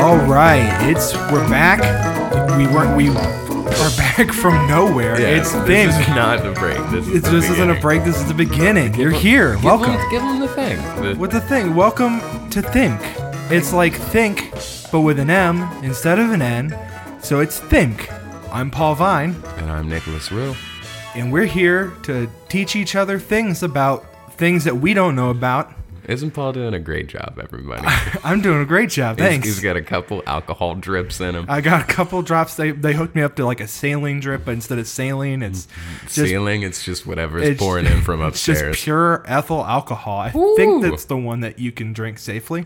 All right, it's we're back. We weren't we are back from nowhere. it's things. this is not a break. This is It's, the this isn't a beginning. break. This is the beginning. You're here. Give Welcome. Them, give them the thing. The- With the thing, welcome to Think. It's like Think, but with an M instead of an N. So it's Think. I'm Paul Vine, and I'm Nicholas Rue. and we're here to teach each other things about things that we don't know about. Isn't Paul doing a great job, everybody? I'm doing a great job. He's- Thanks. he's got a couple alcohol drips in him. I got a couple drops. They they hooked me up to like a saline drip, but instead of saline, it's Mm-hmm. just Ceiling, it's just whatever's it's- pouring in from it's just upstairs. pure ethyl alcohol. I think Ooh. that's the one that you can drink safely.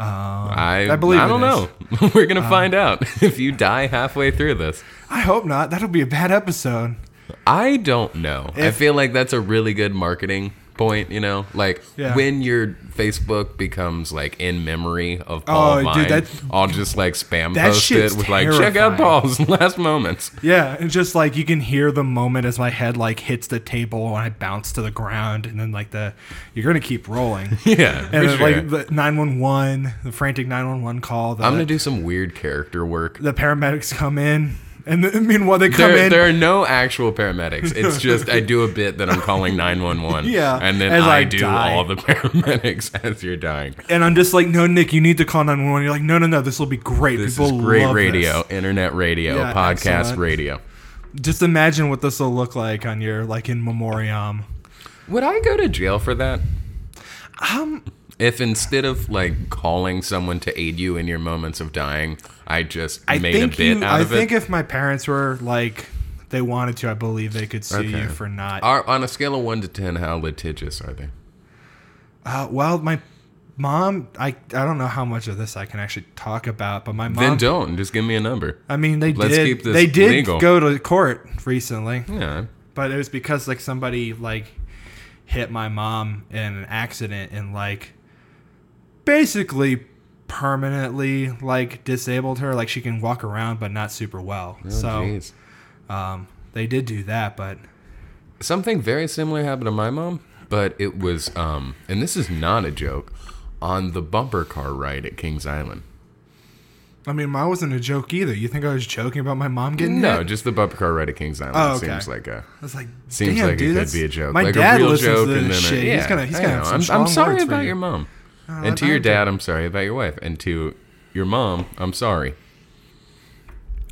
I, I believe I it Uh, don't know. We're gonna find out if you die halfway through this. I hope not. That'll be a bad episode. I don't know. I If- feel like that's a really good marketing point, you know? Like Yeah. when your Facebook becomes like in memory of Oh, Paul dude, Vine, that- I'll just like spam That post shit's it with like check terrifying. out Paul's last moments. Yeah, and just like you can hear the moment as my head like hits the table and I bounce to the ground, and then like the you're gonna keep rolling. Yeah. for And then, sure. like the 911, the frantic 911 call. The, I'm gonna do some weird character work. the paramedics come in, and the, meanwhile they come There, in. there are no actual paramedics. It's just I do a bit that I'm calling 911. Yeah, And then as I, I do die. all the paramedics as you're dying. and I'm just like, no, Nick, you need to call 911. You're like, no, no, no, this will be great. This People is great love radio, internet radio, Yeah, podcast excellent. radio. this. Just imagine what this will look like on your like in memoriam. Would I go to jail for that? Um, Um, if instead of like calling someone to aid you in your moments of dying, I just I made a think bit you, out I of think it. if my parents were like they wanted to, I believe they could sue Okay. Uh, you for not. Are, on a scale of one to ten, how litigious are they? Uh, well, my mom, I I don't know how much of this I can actually talk about, but my mom. Then don't just give me a number. I mean, they Let's did. keep this they did legal. go to court recently, Yeah, but it was because like somebody like hit my mom in an accident and like basically permanently like disabled her. Like she can walk around, but not super well. Oh, so jeez. um, they did do that, but something very similar happened to my mom, but it was um, and this is not a joke, on the bumper car ride at Kings Island. I mean, mine wasn't a joke either. You think I was joking about my mom getting No, hit? just the bumper car ride at Kings Island. Oh, okay. Seems like a I was like, Seems damn, like dude, it that's- could be a joke. My like dad a real listens joke to this and then shit. A, yeah, he's gonna, he's I gonna know. have some I'm, strong I'm sorry words for about you. your mom. I- and to your I'm joking. dad, I'm sorry about your wife. And to your mom, I'm sorry.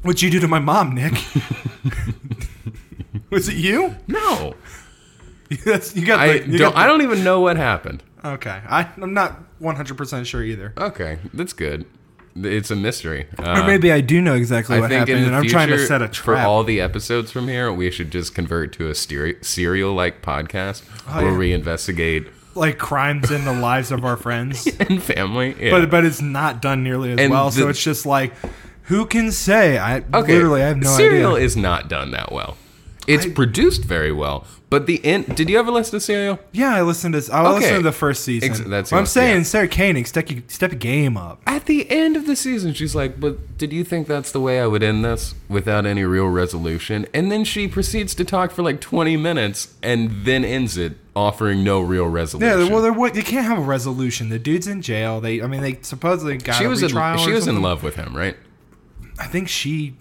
What'd you do to my mom, Nick? Was it you? No, That's, you got. I the, you don't. I Got don't even know what happened. the, okay, I, I'm not 100 percent sure either. Okay, that's good. It's a mystery. Uh, or maybe I do know exactly I what think happened, in the and I'm future, trying to set a for trap. all the episodes from here, we should just convert to a stere- serial-like podcast Oh, where yeah. we investigate like crimes in the lives of our friends, and family. Yeah. but but it's not done nearly as And well. so the- it's just like, who can say? I literally I have no Serial idea. is not done that well. It's produced very well, but the end. Did you ever listen to Serial? Yeah, I listened to. I Okay. listened to the first season. Ex- that's But I'm it, saying yeah. Ah, Sarah Koenig, step, your- step your game up. At the end of the season, she's like, "But did you think that's the way I would end this without any real resolution?" And then she proceeds to talk for like 20 minutes and then ends it, offering no real resolution. Yeah, well, they're what they can't have a resolution. The dude's in jail. They, I mean, they supposedly got she a was in, retrial. she or was in something. love with him, right? I think she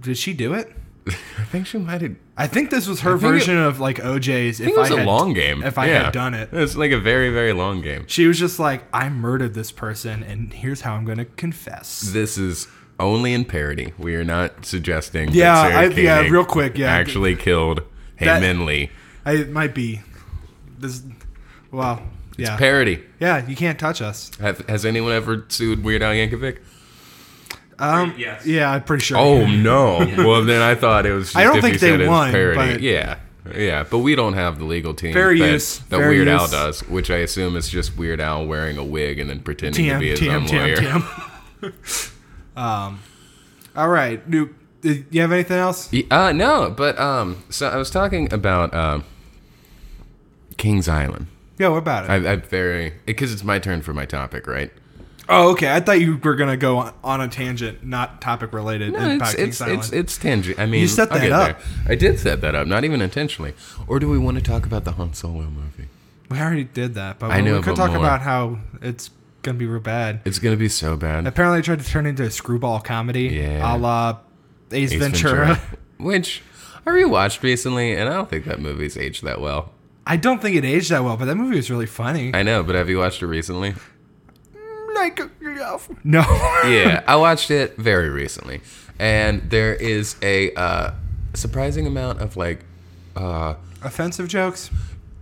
did. She do it. I think she might have. I think this was her think it- version of like OJ's. I if think it was I a had, long game. If I Yeah. had done it, it's like a very very long game. she was just like, I murdered this person, and here's how I'm going to confess. This is only in parody. We are not suggesting. Yeah, that Sarah I- yeah, Koenig real quick, yeah. actually killed That- Heyman Lee. I, it might be this. Wow. Yeah. Parody. yeah. You can't touch us. Have, has anyone ever sued Weird Al Yankovic? Um, Yes. Yeah, I'm pretty sure. Oh no! well, then I thought it was. Just I don't if think you said they it was won, Parody. but- yeah, yeah, but we don't have the legal team. Fair that, use, that fair Weird Al use. does, which I assume is just Weird Al wearing a wig and then pretending to TM, be his TM, own lawyer. TM, um, all right. Do, do you have anything else? Y- Uh, no, but um, so I was talking about um, Kings Island. Yeah, what about it? I, I very because it's my turn for my topic, right? oh, okay. I thought you were gonna go on, on a tangent, not topic related. No, and it's about Kings it's, it's Island. it's tangent. I mean, You set I'll that get up. there. I did set that up, not even intentionally. Or do we want to talk about the Han Solo movie? We already did that, but I know, we could but talk more. about how it's gonna be real bad. It's gonna be so bad. Apparently, it tried to turn into a screwball comedy, Yeah. a la Ace, Ace Ventura. which I rewatched recently, and I don't think that movie's aged that well. I don't think it aged that well, but that movie was really funny. I know, but have you watched it recently? like, no, yeah, I watched it very recently, and there is a uh, surprising amount of like uh, offensive jokes.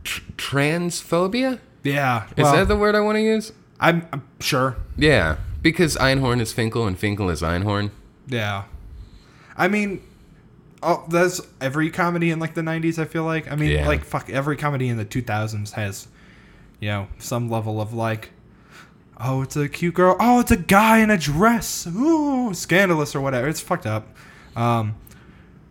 tr- transphobia. Yeah, Is well, that the word I want to use? I'm, I'm sure. Yeah, because Einhorn is Finkel and Finkel is Einhorn. Yeah, I mean, oh, that's every comedy in like the '90s. I feel like. I mean, Yeah. like fuck, every comedy in the 2000s has, you know, some level of like, oh, it's a cute girl. Oh, it's a guy in a dress. Ooh, scandalous or whatever. It's fucked up. Um,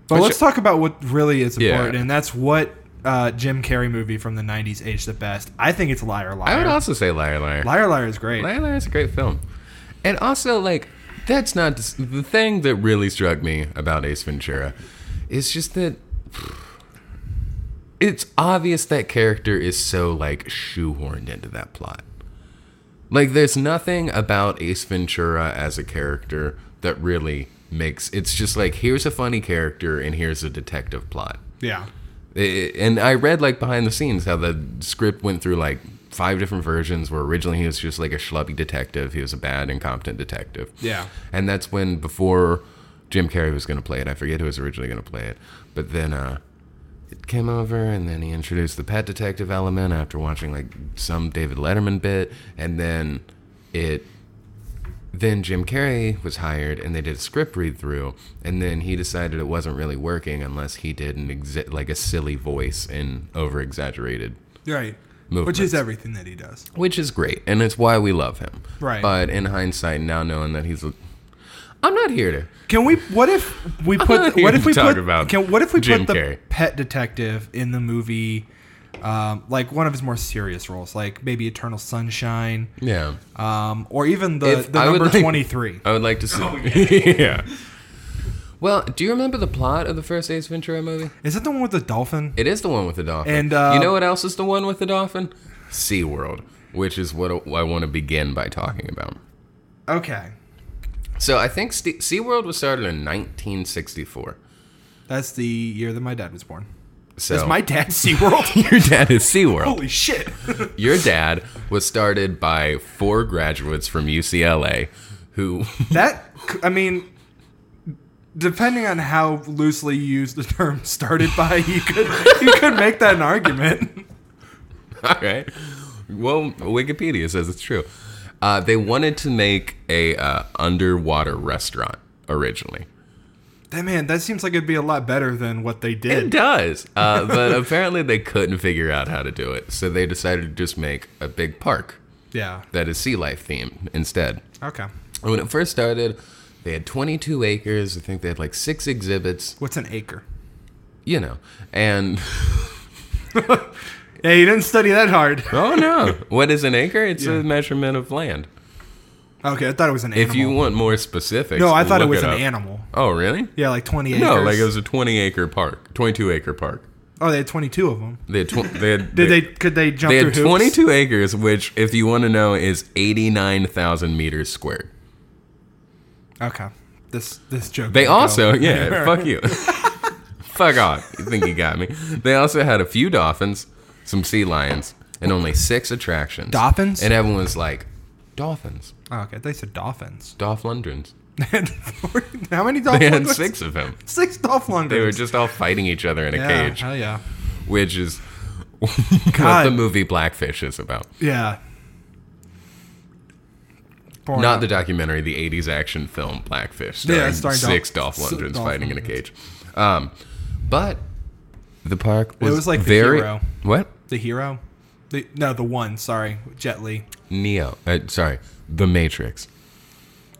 but Which- let's talk about what really is Yeah. important, and that's what uh, Jim Carrey movie from the '90s aged the best. I think it's Liar Liar. I would also say liar, liar. Liar Liar is great. Liar Liar is a great film. And also, like, that's not the thing that really struck me about Ace Ventura is just that it's obvious that character is so, like, shoehorned into that plot. Like, there's nothing about Ace Ventura as a character that really makes it's just like here's a funny character and here's a detective plot. Yeah. I- and I read like behind the scenes how the script went through like five different versions where originally he was just like a schlubby detective. He was a bad, incompetent detective. Yeah. And that's when before Jim Carrey was going to play it. I forget who was originally going to play it. But then uh it came over and then he introduced the pet detective element after watching like some David Letterman bit and then it then Jim Carrey was hired and they did a script read through and then he decided it wasn't really working unless he did an exi- like a silly voice and over exaggerated Right. Which Movements. is everything that he does. which is great and it's why we love him Right. but in hindsight now knowing that he's a I'm not here to Can we? What if we not put? here What if to we talk put? about can, what if we Jim put the Carrey. pet detective in the movie, um, like one of his more serious roles, like maybe Eternal Sunshine, yeah um, or even the, If the I would number like- twenty three. I would like to see Oh, yeah. Well, do you remember the plot of the first Ace Ventura movie? Is that the one with the dolphin? It is the one with the dolphin. And, uh, you know what else is the one with the dolphin? SeaWorld, which is what I want to begin by talking about. Okay, So I think Ste SeaWorld was started in 1964. that's the year that my dad was born. So Is my dad SeaWorld? your dad is SeaWorld. Holy shit! Your dad was started by four graduates from UCLA who that I mean. Depending on how loosely you use the term "started by," you could you could make that an argument. All right. Well, Wikipedia says it's true. Uh, they wanted to make a uh, underwater restaurant originally. That man, that seems like it'd be a lot better than what they It did. does, uh, but apparently they couldn't figure out how to do it, so they decided to just make a big park Yeah. that is sea life themed instead. Okay. And When it first started, they had 22 acres. I think they had like six exhibits, What's an acre? you know, and. Yeah, you didn't study that hard. Oh no! What is an acre? It's Yeah. a measurement of land. Okay, I thought it was an animal. If you want more specifics, no, I thought it look was an up. animal. Oh really? Yeah, like 20 acres. No, like it was a 20 acre park, 22 acre park. Oh, they had 22 of them. They had, tw- they had, Did they? Could they jump they through had hoops? 22 acres, which, if you want to know, is 89,000 meters squared. Okay. This this joke. They didn't go. also, yeah, fuck you. fuck off. You think you got me. They also had a few dolphins, some sea lions, and only six attractions. Dolphins? And everyone was like, dolphins, Oh, okay, they said dolphins. Dolph Lundgrens. They had 40 How many dolphins? They had six of them. Six dolphins. They were just all fighting each other in a yeah, cage, Hell yeah. which is what God. the movie Blackfish is about. Yeah. Born Not up. the documentary, the 80s action film Blackfish, starring, Yeah, starring Dolph- six Dolph s- Lundgrens Dolph fighting in a Lundgrens. cage. Um, but the park was, was like the very hero. what the hero. The, no, the one. Sorry, Jet Li. Neo. Uh, sorry, The Matrix.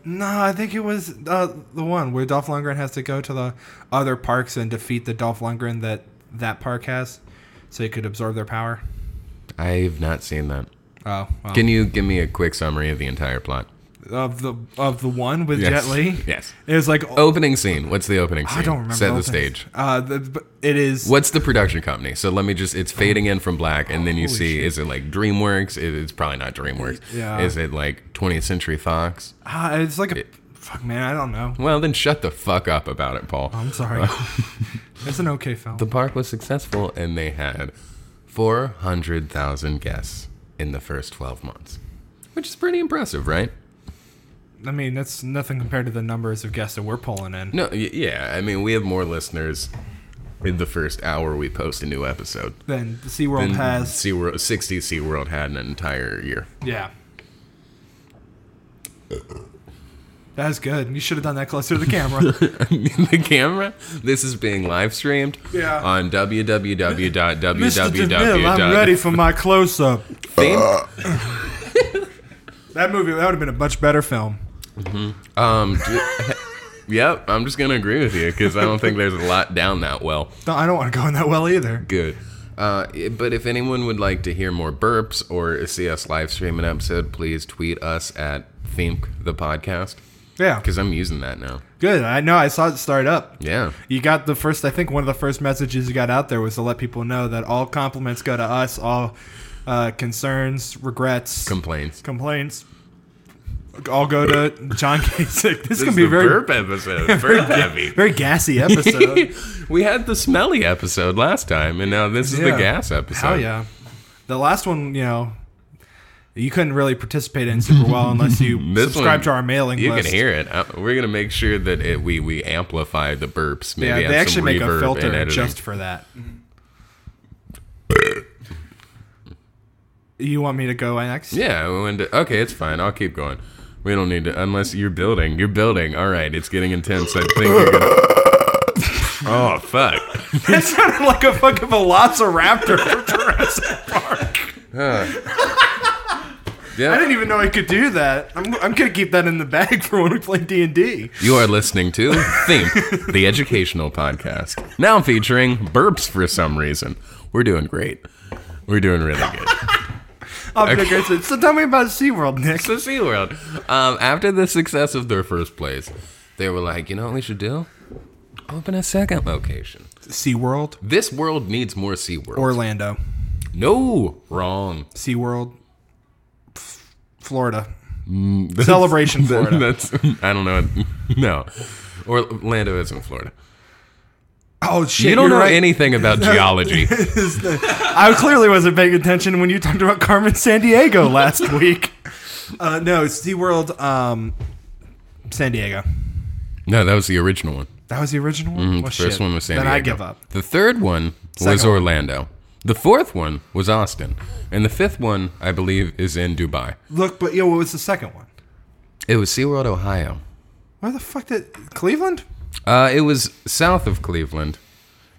No, I think it was uh, the one where Dolph Lundgren has to go to the other parks and defeat the Dolph Lundgren that that park has, so he could absorb their power. I've not seen that. Oh, well. Can you give me a quick summary of the entire plot? of the of the one with Yes. Jet Li. Yes. It was like oh, Opening scene. What's the opening scene? I don't remember. Set the all things. stage. Uh, the, but it is What's the production company? So let me just, it's fading in from black, and then you Holy see, is it like DreamWorks? It- it's probably not DreamWorks. Yeah. Is it like 20th Century Fox? ah, it's like a fuck man. I don't know. Well, then shut the fuck up about it, Paul. I'm sorry. it's an okay film. The park was successful, and they had 400,000 guests in the first 12 months, which is pretty impressive, right? I mean, that's nothing compared to the numbers of guests that we're pulling in. No, y- yeah. I mean, we have more listeners in the first hour we post a new episode. Then SeaWorld than has SeaWorld, 60 SeaWorld had in an entire year. yeah. That's good. You should have done that closer to the camera. the camera. This is being live streamed Yeah. on Mr. DeMille, I'm www.www. ready for my close up. Theme- That movie, that would have been a much better film. Um, d- yep, I'm just gonna agree with you because I don't think there's a lot down that well. No, I don't want to go in that well either. Good. Uh, i- but if anyone would like to hear more burps or see us live stream an episode, please tweet us at Think the Podcast Yeah. because I'm using that now. Good. I know. I saw it start up. Yeah. You got the first, I think one of the first messages you got out there was to let people know that all compliments go to us, all uh, concerns, regrets, Complaints. complaints, all go to John Kasich. This, This can is be the very, burp episode. Burp heavy. very gassy episode. we had the smelly episode last time, and now this is the Yeah. gas episode. Hell Oh, yeah. The last one, you know, you couldn't really participate in super well unless you This subscribe one, to our mailing You list. can hear it. Uh, we're gonna make sure that it, we we amplify the burps. Maybe Yeah, add they some actually make reverb a and filter editing. just for that. you want me to go next? Yeah, we went to- okay, it's fine. I'll keep going. We don't need to unless you're building. You're building. All right, it's getting intense. I think. You're gonna... oh fuck! That sounded like a fucking velociraptor from Jurassic Park. I Yeah, didn't even know I could do that. I'm, I'm gonna keep that in the bag for when we play D and D. you are listening to Theme, the educational podcast. Now featuring burps for some reason. We're doing great. We're doing really good. I'm gonna go, So tell me about SeaWorld, Nick. to SeaWorld. Um, after the success of their first place, they were like, you know what we should do? Open a second location. SeaWorld, This world needs more SeaWorld. Or- Orlando, no, wrong. SeaWorld, F- Florida, Mm, Celebration Florida. That's I don't know. No, Orlando is in Florida. oh shit! You don't you're know right. anything about geology. I clearly wasn't paying attention when you talked about Carmen San Diego last week. Uh, no, SeaWorld, um, San Diego. no, that was the original one. That was the original one. well, Mm, The first shit. one was San then Diego. I give up. The third one was Second one. Orlando. The fourth one was Austin, and the fifth one, I believe, is in Dubai. Look, but yo, what was the second one? It was SeaWorld, Ohio. Where the fuck did Cleveland? Uh, it was south of Cleveland.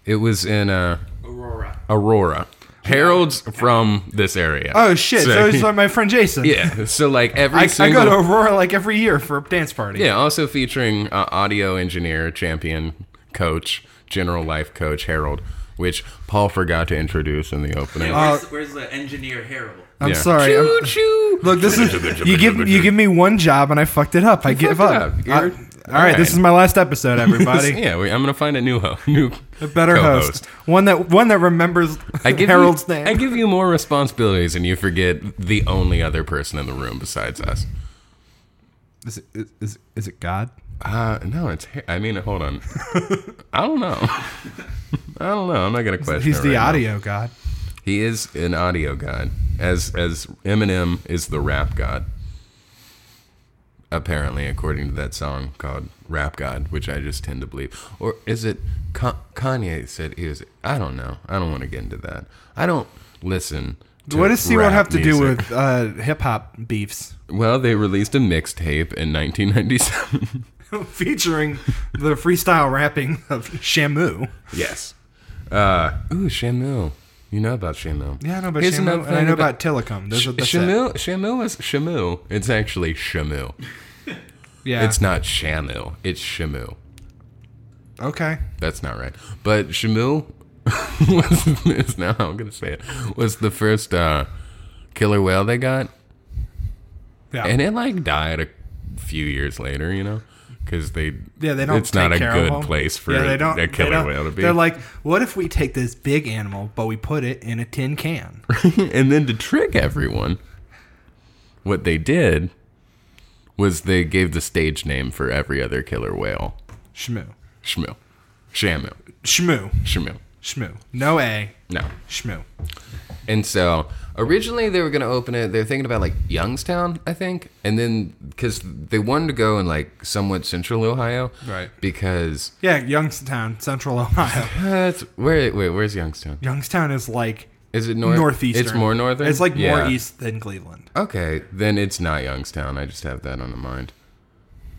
It was in uh, Aurora. Aurora. Harold's from this area. Oh shit! So, So- it's like my friend Jason. yeah. So like every I, I single go to Aurora like every year for a dance party. yeah. Also featuring uh, audio engineer, champion, coach, general life coach Harold, which Paul forgot to introduce in the opening. Uh, where's, where's the engineer Harold? I'm Yeah. sorry. I'm- Choo choo. look, this is you give you give me one job and I fucked it up. I give fucked up. up. I- all You're- right, all right. this is my last episode, everybody. Yeah, we, I'm gonna find a new ho- new A better host. co-host. One that one that remembers I give Harold's you, name. I give you more responsibilities, and you forget the only other person in the room besides us. is, it, is, is it God? Uh, no, it's. Ha- I mean, hold on. I don't know. I don't know. I'm not gonna question. He's it the right now. audio God. He is an audio god, as as Eminem is the rap god. Apparently, according to that song called "Rap God," which I just tend to believe, or is it Ka- Kanye said he was? I don't know. I don't want to get into that. I don't listen. To What does SeaWorld rap have to do music. with uh, hip hop beefs? Well, they released a mixtape in 1997. Featuring the freestyle rapping of Shamu. Yes. Uh, ooh, Shamu. You know about Shamu. Yeah, I know about Here's another Shamu. And I thing know about Telecom. Those are, that's it. Shamu. Shamu is Shamu. It's actually Shamu. Yeah. It's not Shamu. It's Shamu. okay. That's not right. But Shamu was is now I'm gonna say it was the first uh, killer whale they got, Yeah. and it like died a few years later, you know, because they Yeah, they don't. It's not take a care good of 'em. place for yeah, they don't, a they killer don't- whale to be. They're like, what if we take this big animal, but we put it in a tin can? and then to trick everyone, what they did was they gave the stage name for every other killer whale Shmoo, Shmoo. Shamu. shmoo, Shmoo. shmoo. No a No. shmoo. And so originally they were going to open it. They were thinking about like Youngstown, I think. And then because they wanted to go in like somewhat central Ohio. Right. Because Yeah, Youngstown, Central Ohio. uh, that's where, wait, where's Youngstown? Youngstown is like Is it north? northeastern. It's more northern? It's like Yeah. more east than Cleveland. Okay, then it's not Youngstown. I just have that on the mind.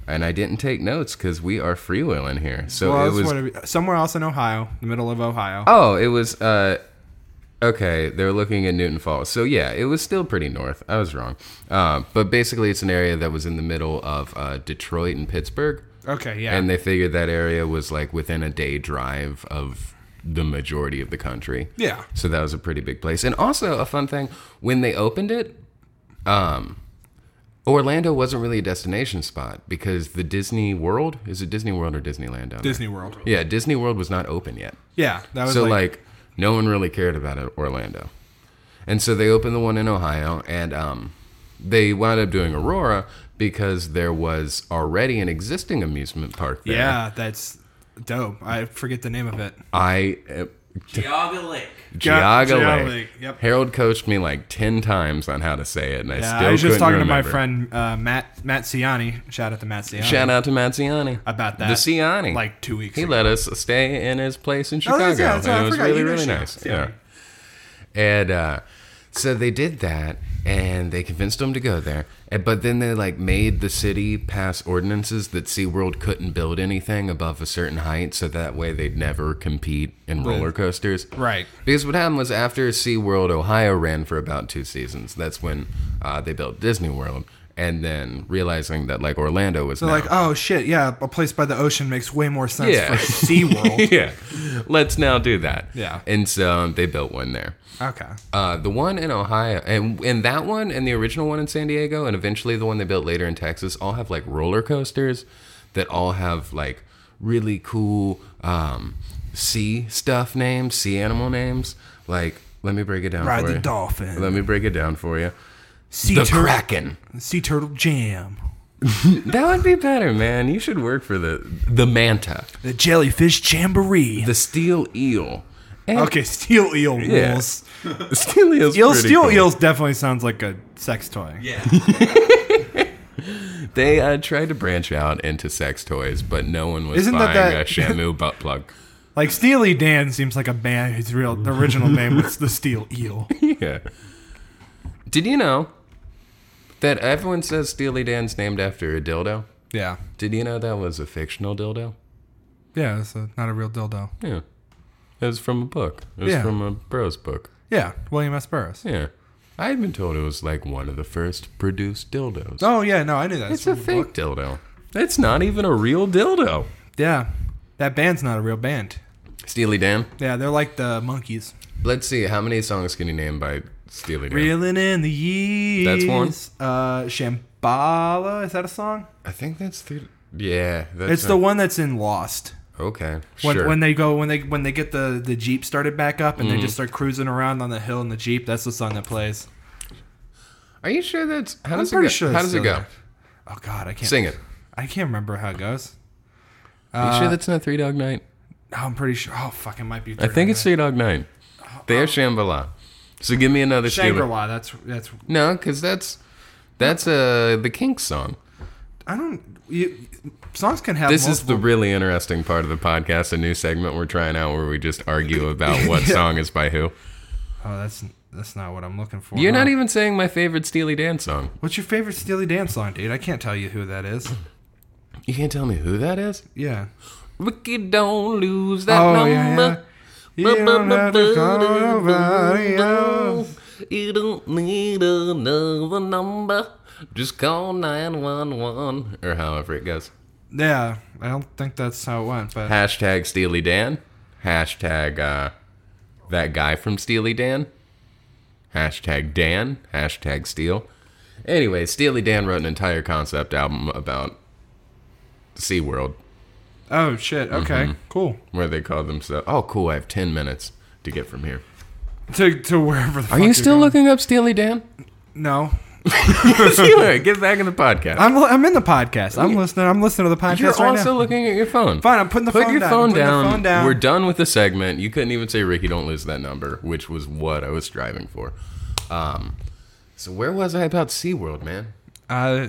And I didn't take notes because we are freewheeling here. So Well, it it's was. what- somewhere else in Ohio, the middle of Ohio. oh, it was. Uh, okay, they're looking at Newton Falls. So yeah, it was still pretty north. I was wrong. Uh, but basically, it's an area that was in the middle of uh, Detroit and Pittsburgh. okay, yeah. And they figured that area was like within a day drive of the majority of the country. yeah. So that was a pretty big place. And also a fun thing, when they opened it, um Orlando wasn't really a destination spot because the Disney World is it Disney World or Disneyland down there? Disney World. Yeah, Disney World was not open yet. Yeah, that was So like, like, no one really cared about it, Orlando. And so they opened the one in Ohio and um they wound up doing Aurora because there was already an existing amusement park there. yeah, that's dope. I forget the name of it. I uh, Geauga Lake. Gia- Geauga Gia Lake. Lake, yep. Harold coached me like ten times on how to say it, and I Yeah, still Uh, I was just couldn't talking to remember. my friend uh, Matt Matt Ciani. Shout out to Matt Ciani. Shout out to Matt Ciani about that. The Ciani, Like two weeks. he ago. let us stay in his place in Oh, Chicago, that's- yeah, that's right. and I it was forgot. really You knew really Ciani. nice. Yeah. Yeah, and uh, so they did that, and they convinced him to go there. And, but then they like made the city pass ordinances that SeaWorld couldn't build anything above a certain height, so that way they'd never compete in roller coasters. Right. Because what happened was after SeaWorld Ohio ran for about two seasons, that's when uh, they built Disney World. And then realizing that like Orlando was They're now- like, oh shit, yeah, a place by the ocean makes way more sense for Yeah. SeaWorld. yeah, let's now do that. Yeah. And so um, they built one there. okay. Uh, the one in Ohio and and that one and the original one in San Diego and eventually the one they built later in Texas all have like roller coasters that all have like really cool um, sea stuff names, sea animal names. Like, let me break it down Ride for the you. dolphin. Let me break it down for you. sea The turtle. Kraken. Sea turtle jam. That would be better, man. You should work for the the manta, The jellyfish jamboree. the steel eel. And okay, steel eel Yeah. rules. steel eel's Eel, pretty steel cool. eels definitely sounds like a sex toy. Yeah. They uh, tried to branch out into sex toys, but no one was Isn't that buying that- a Shamu butt plug. Like Steely Dan seems like a band whose real the original name was the Steel Eel. yeah. Did you know that everyone says Steely Dan's named after a dildo? Yeah. Did you know that was a fictional dildo? Yeah, it's a, not a real dildo. Yeah. It was from a book. It was Yeah. from a bros book. Yeah, William S. Burroughs. Yeah. I had been told it was like one of the first produced dildos. Oh yeah, no, I knew that. It's a fake dildo. It's not even a real dildo. Yeah, that band's not a real band. Steely Dan. Yeah, they're like the monkeys. Let's see how many songs can you name by Steely Dan. Reeling in the years. That's one. Uh, Shambhala is that a song? I think that's the yeah. That's It's the one that's in Lost. the okay. When, sure. Mm-hmm. when they go when they when they get the the jeep started back up and they just start cruising around on the hill in the jeep. That's the song that plays. Are you sure that's how I'm does it pretty go? sure. how it's does it still go? there. Oh God, I can't Sing it. I can't remember how it goes. Are you Uh, sure that's not Three Dog Night? Oh, I'm pretty sure. Oh fuck, it might be. I think it's Three Dog Night. They're Shambhala. So give me another Shangri Steely. La. That's that's. No, because that's that's uh the Kinks song. I don't. You, songs can have. This is multiple, the really interesting part of the podcast, a new segment we're trying out where we just argue about what Yeah. song is by who. Oh, that's that's not what I'm looking for. You're huh? not even saying my favorite Steely Dan song. What's your favorite Steely Dan song, dude? I can't tell you who that is. You can't tell me who that is. Yeah. Ricky, don't lose that Oh, number. yeah, You You don't have to call nobody else. don't need another number. Just call 911. Or however it goes. Yeah, I don't think that's how it went, but Hashtag Steely Dan. Hashtag uh, that guy from Steely Dan. Hashtag Dan. Hashtag Steel. Anyway, Steely Dan wrote an entire concept album about SeaWorld, Oh shit. Okay. Cool. where they call themselves. Oh, cool! I have ten minutes to get from here. To to wherever the. Are you still looking up Steely Dan? No. Steely, get back in the podcast. I'm li- I'm in the podcast. I'm listening. I'm listening to the podcast You're right also now. looking at your phone. Fine. I'm putting the Put phone your down. phone, I'm putting down. The phone down. We're done with the segment. You couldn't even say Ricky, don't lose that number, which was what I was striving for. Um, so where was I about SeaWorld, man? uh,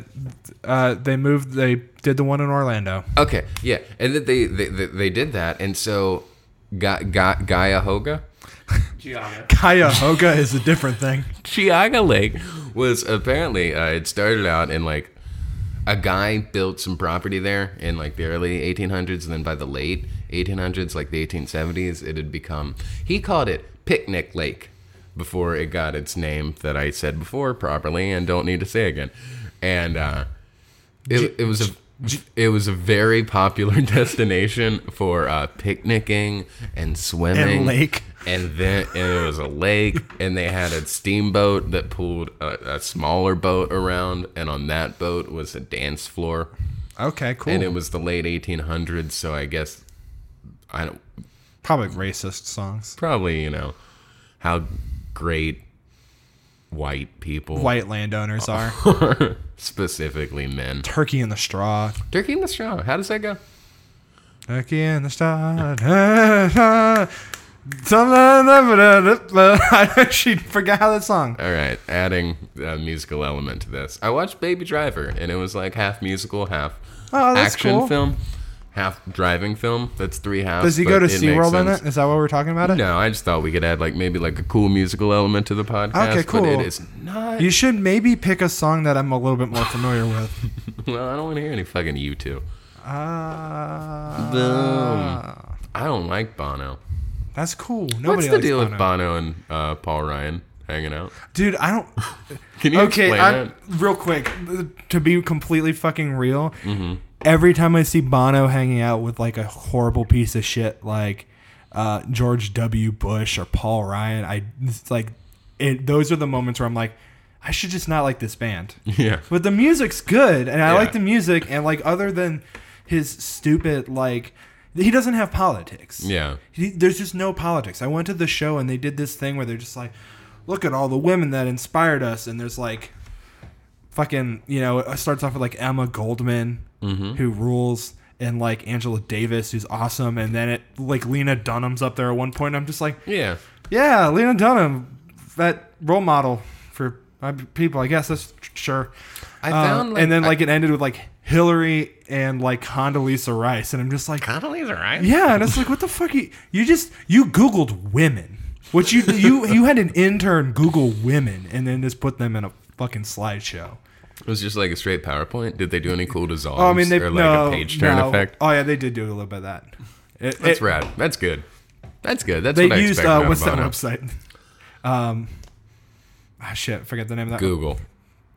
uh, they moved. They did the one in Orlando. Okay, yeah, and that they, they they they did that, and so Ga- Ga- Gaia Hoga, Gianna. Cuyahoga is a different thing. Chiaga Lake was apparently uh, it started out in like a guy built some property there in like the early 1800s, and then by the late 1800s, like the 1870s, it had become he called it Picnic Lake before it got its name that I said before properly and don't need to say again, and uh, it it was a. It was a very popular destination for uh, picnicking and swimming lake. and then and it was a lake and they had a steamboat that pulled a, a smaller boat around and on that boat was a dance floor Okay. Cool. and it was the late 1800s so i guess i don't Probably racist songs. probably you know how great white people White landowners Oh. are specifically men turkey in the straw. turkey in the straw how does that go Turkey in the straw. I actually forgot how that song. all right adding a musical element to this i watched baby driver and it was like half musical half Oh, that's action cool. film half driving film that's three halves Does he but go to makes SeaWorld in sense. it? Is that what we're talking about? It. No, I just thought we could add like maybe like a cool musical element to the podcast. Okay, But it cool. is not. You should maybe pick a song that I'm a little bit more familiar with. well, I don't want to hear any fucking you two. Ah, Boom. I don't like Bono. that's cool. What's Nobody the likes deal Bono. with Bono and uh, Paul Ryan hanging out? Dude, I don't. Can you Okay, explain I'm, that? real quick, to be completely fucking real, Mm-hmm. every time I see Bono hanging out with like a horrible piece of shit like uh, George W. Bush or Paul Ryan, I it's like it, those are the moments where I'm like, I should just not like this band. Yeah. But the music's good, and I Yeah. like the music, and like other than his stupid like. He doesn't have politics. Yeah. He, there's just no politics. I went to the show and they did this thing where they're just like, look at all the women that inspired us. And there's like, fucking, you know, it starts off with like Emma Goldman, who rules, and like Angela Davis, who's awesome. And then it, like, Lena Dunham's up there at one point. I'm just like, Yeah. yeah, Lena Dunham, that role model for my people, I guess. That's sure. I Uh, found, like- and then, I- like, it ended with like Hillary and like Condoleezza Rice. And I'm just like, Connolly's alright. yeah, and it's like, what the fuck? You, you just you Googled women, which you you you had an intern Google women, and then just put them in a fucking slideshow. It was just like a straight PowerPoint. Did they do any cool dissolves Oh, I mean, they or like no, a page turn no. effect? Oh yeah, they did do a little bit of that. It- That's it- rad. That's good. That's good. That's They what I used expected uh, out of what's that Bono. website? Um, ah shit, forget the name of that. Google.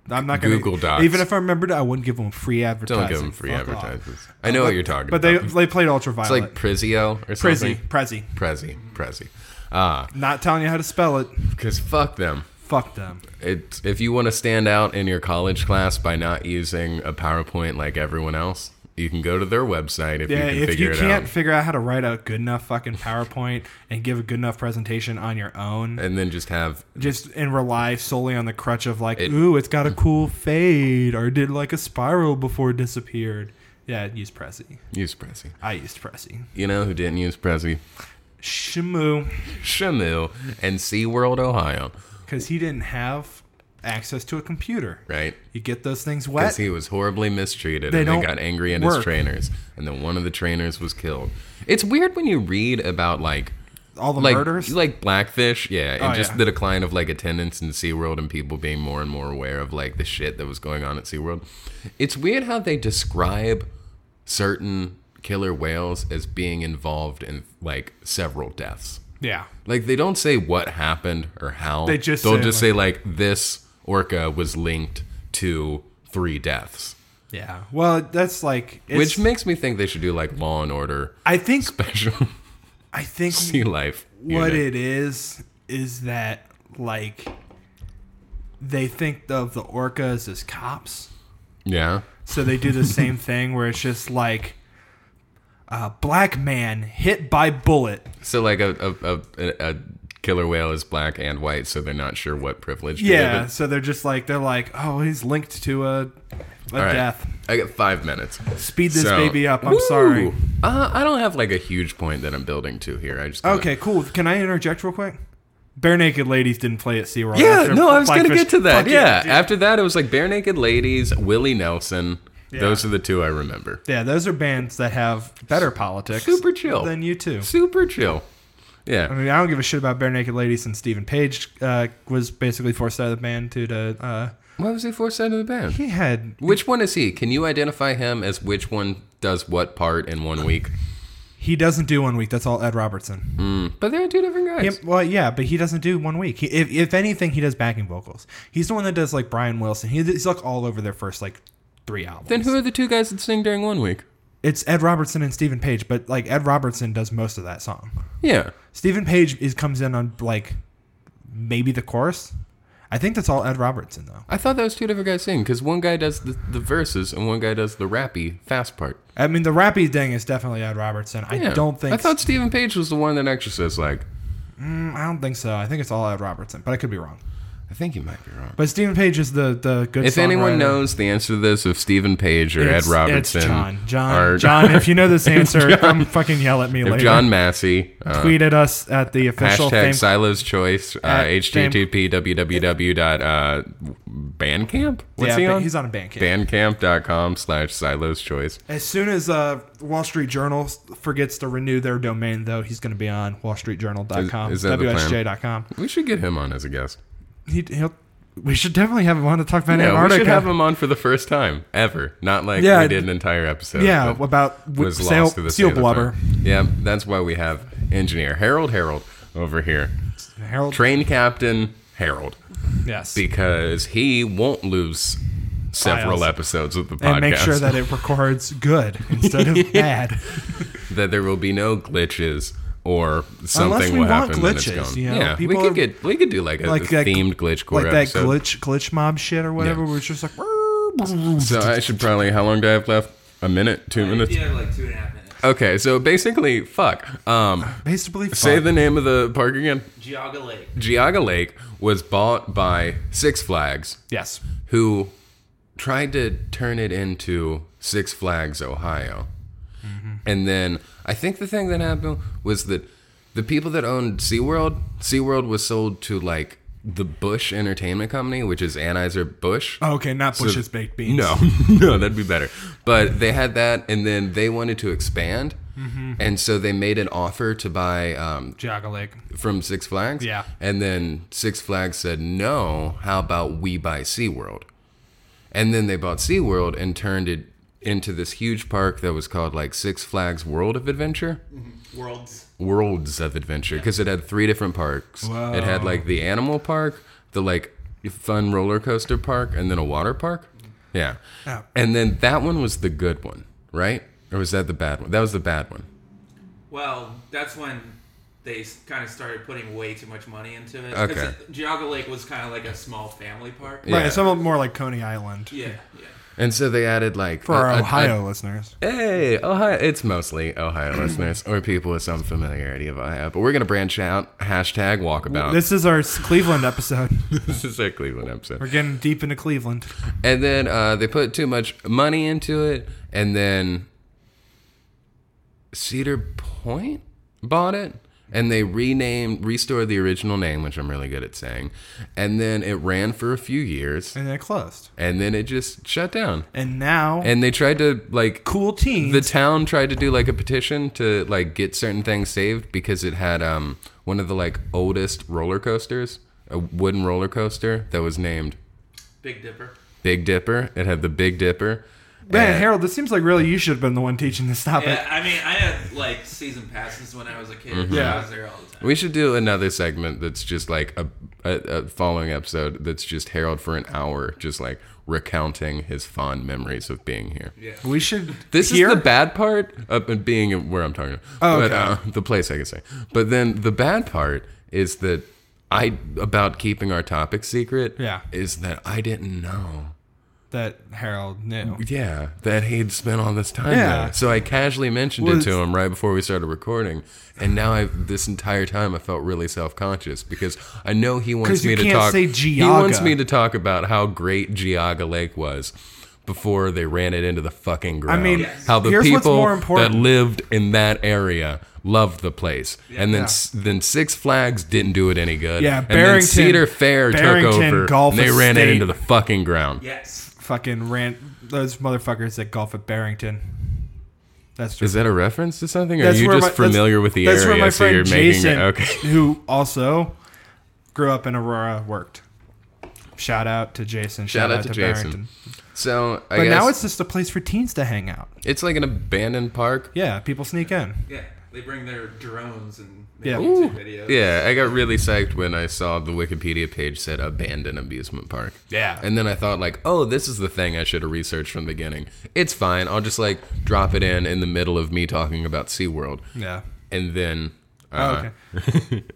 I'm not gonna Google Docs. Even if I remembered, it, I wouldn't give them free advertising. Don't give them free Fuck off. advertisements. I know what you're talking But they about. they played it's like Ultraviolet. Prizio or Prezi, something. Prezi. Prezi. Prezi. Ah, Not telling you how to spell it. because fuck them. Fuck them. It's, if you want to stand out in your college class by not using a PowerPoint like everyone else, you can go to their website if Yeah, you can if figure you it can't out. figure out how to write a good enough fucking PowerPoint and give a good enough presentation on your own, And then just have just and rely solely on the crutch of like, ooh, it's got a cool fade or did like a spiral before it disappeared. Yeah, I'd use Prezi. use Prezi. I used Prezi. You know who didn't use Prezi? Shamu, Shamu and SeaWorld, Ohio, because he didn't have access to a computer. right? You get those things Because wet. he was horribly mistreated They and they don't got angry at his work. trainers. And then one of the trainers was killed. It's weird when you read about like all the like, murders. Like Blackfish, yeah. And Oh, just yeah. the decline of like attendance in SeaWorld and people being more and more aware of like the shit that was going on at SeaWorld. It's weird how they describe certain killer whales as being involved in like several deaths. yeah. Like they don't say what happened or how. They just They'll say, just say like this orca was linked to three deaths. Yeah. Well, that's like it's, Which makes me think they should do like Law and Order I think special I think sea life. what unit. it is is that like they think of the orcas as cops. Yeah. So they do the same thing where it's just like uh, black man hit by bullet. So like a a, a, a a killer whale is black and white, so they're not sure what privilege. to give Yeah. it. So they're just like they're like, oh, he's linked to a, a All right. death. I got five minutes. Speed this So- baby up. I'm Woo! sorry. Uh, I don't have like a huge point that I'm building to here. I just kinda- Okay, cool. Can I interject real quick? Bare Naked Ladies didn't play at SeaWorld. Yeah, After no, I was gonna Blackfish- get to that. Fuck Yeah, dude. after that, it was like Bare Naked Ladies, Willie Nelson. Yeah. Those are the two I remember. Yeah, those are bands that have better politics. Super chill. Than you too. Super chill. I Yeah, mean, I don't give a shit about Bare Naked Ladies since Stephen Page uh, was basically forced out of the band due to. Uh, why was he forced out of the band? he had. Which one is he? Can you identify him as which one does what part in one week? He doesn't do one week. That's all Ed Robertson. But they're two different guys. He- well, yeah, but he doesn't do one week. He, if, if anything, he does backing vocals. He's the one that does like Brian Wilson. He, he's like all over their first like three albums. Then who are the two guys that sing during one week? It's Ed Robertson and Stephen Page, but like Ed Robertson does most of that song. Yeah. Stephen Page is comes in on like maybe the chorus. I think that's all Ed Robertson though. I thought that was two different guys singing because one guy does the, the verses and one guy does the rappy fast part. I mean, the rappy thing is definitely Ed Robertson. I Yeah. don't think I thought Stephen Page was the one that actually says like, Mm, I don't think so. I think it's all Ed Robertson, but I could be wrong. I think you might be wrong. But Stephen Page is the the good. If anyone songwriter. knows the answer to this, if Stephen Page or It's- Ed Robertson, it's John. John, or- John. If you know this answer, John- come fucking yell at me if later. John Massey, uh, tweeted us at the official hashtag thing. Silo's Choice, uh, At http www dot uh, bandcamp. What's yeah, he but on? he's on a Bandcamp. Bandcamp.com slash Silo's Choice. as soon as uh, Wall Street Journal s- forgets to renew their domain, though, he's going to be on WallStreetJournal.com, Is- is that the plan? WSJ.com. We should get him on as a guest. He, he'll, we should definitely have him on to talk about Yeah, we Antarctica. should have him on for the first time ever. Not like Yeah, we did an entire episode. yeah, but about w- was sail, lost to the sea seal of the blubber. Fire. Yeah, that's why we have engineer Harold Harold over here, Harold, train captain Harold. yes, because he won't lose several Files. episodes of the podcast. and make sure that it records good instead of bad. That there will be no glitches or something Unless we will want happen. when it's glitches, gone. you know, yeah, we people could are- get we could do like a like that themed glitch core like that episode. glitch glitch mob shit or whatever. Yeah. Where it's just like. "Brrr, So I should probably. How long do I have left? A minute, two minutes. Yeah, like two and a half minutes. Okay, so basically, fuck. Um, Basically, fuck. say the name of the park again. Geauga Lake. Geauga Lake was bought by Six Flags yes. who tried to turn it into Six Flags Ohio. Mm-hmm. And then I think the thing that happened was that the people that owned SeaWorld, SeaWorld was sold to like the Bush Entertainment Company, which is Anheuser-Busch. Oh, okay, not Bush's baked beans. No, no, that'd be better. But they had that, and then they wanted to expand, Mm-hmm. and so they made an offer to buy um, Jaga Lake. from Six Flags. Yeah. And then Six Flags said, no, how about we buy SeaWorld? And then they bought SeaWorld and turned it into this huge park that was called like Six Flags World of Adventure. Worlds. Worlds of Adventure because it had three different parks. It had like the animal park, the like fun roller coaster park, and then a water park. Yeah. Oh. And then that one was the good one, right? Or was that the bad one? That was the bad one. Well, that's when they kind of started putting way too much money into it. Okay. Because Geauga Lake was kind of like a small family park. Yeah. Right, it's somewhat more like Coney Island Yeah, yeah. And so they added like for our a- a- a- Ohio listeners. Hey, Ohio. It's mostly Ohio listeners or people with some familiarity of Ohio. But we're going to branch out. Hashtag walkabout. This, This is our Cleveland episode. is a Cleveland We're episode. getting deep into Cleveland. And then uh, they put too much money into it. And then Cedar Point bought it. And they renamed, restored the original name, which I'm really good at saying. And then it ran for a few years. And then it closed. And then it just shut down. And now, And they tried to, like, cool teens. the town tried to do like a petition to like get certain things saved because it had um one of the like oldest roller coasters a wooden roller coaster that was named Big Dipper. big dipper it had the big dipper Man, and- Harold, this seems like really you should have been the one teaching this Uh, topic. Yeah, I mean, I had like season passes when I was a kid. Mm-hmm. so Yeah. I was there all the time. we should do another segment that's just like a, a, a following episode that's just harold for an hour just like recounting his fond memories of being here We should. This here? is the bad part of it being where I'm talking. About. Oh, but, okay. uh, the place I can say. But then the bad part is that I about keeping our topic secret. Yeah. Is that I didn't know. that Harold knew. Yeah, that he'd spent all this time Yeah. there. So I casually mentioned Well, it to him right before we started recording, and now I this entire time I felt really self-conscious because I know he wants 'Cause you me to can't talk. say he wants Geauga. me to talk about how great Geauga Lake was before they ran it into the fucking ground. mean, Yes. how the here's what's people more important. that lived in that area loved the place, and then Yeah. s then Six Flags didn't do it any good. Yeah, and then Barrington- Cedar Fair took Barrington over. Golf and they ran it Estate. into the fucking ground. Yes. Fucking ran those motherfuckers that golf at Barrington. That's true. Is that a reference to something? Or That's are you where just my- that's- familiar with the that's area? where my so friend you're Jason, making it. Okay. who also grew up in Aurora, worked. Shout out to Jason. Shout, out, to, Jason. Barrington. So I But guess now it's it's just a place for teens to hang out. it's like an abandoned park. Yeah, people sneak in. Yeah. They bring their drones and make Yeah. YouTube videos. Yeah, I got really psyched when I saw the Wikipedia page said abandoned amusement park. Yeah. And then I thought like, oh, this is the thing I should have researched from the beginning. It's fine. I'll just like drop it in in the middle of me talking about SeaWorld. Yeah. Oh, And then uh,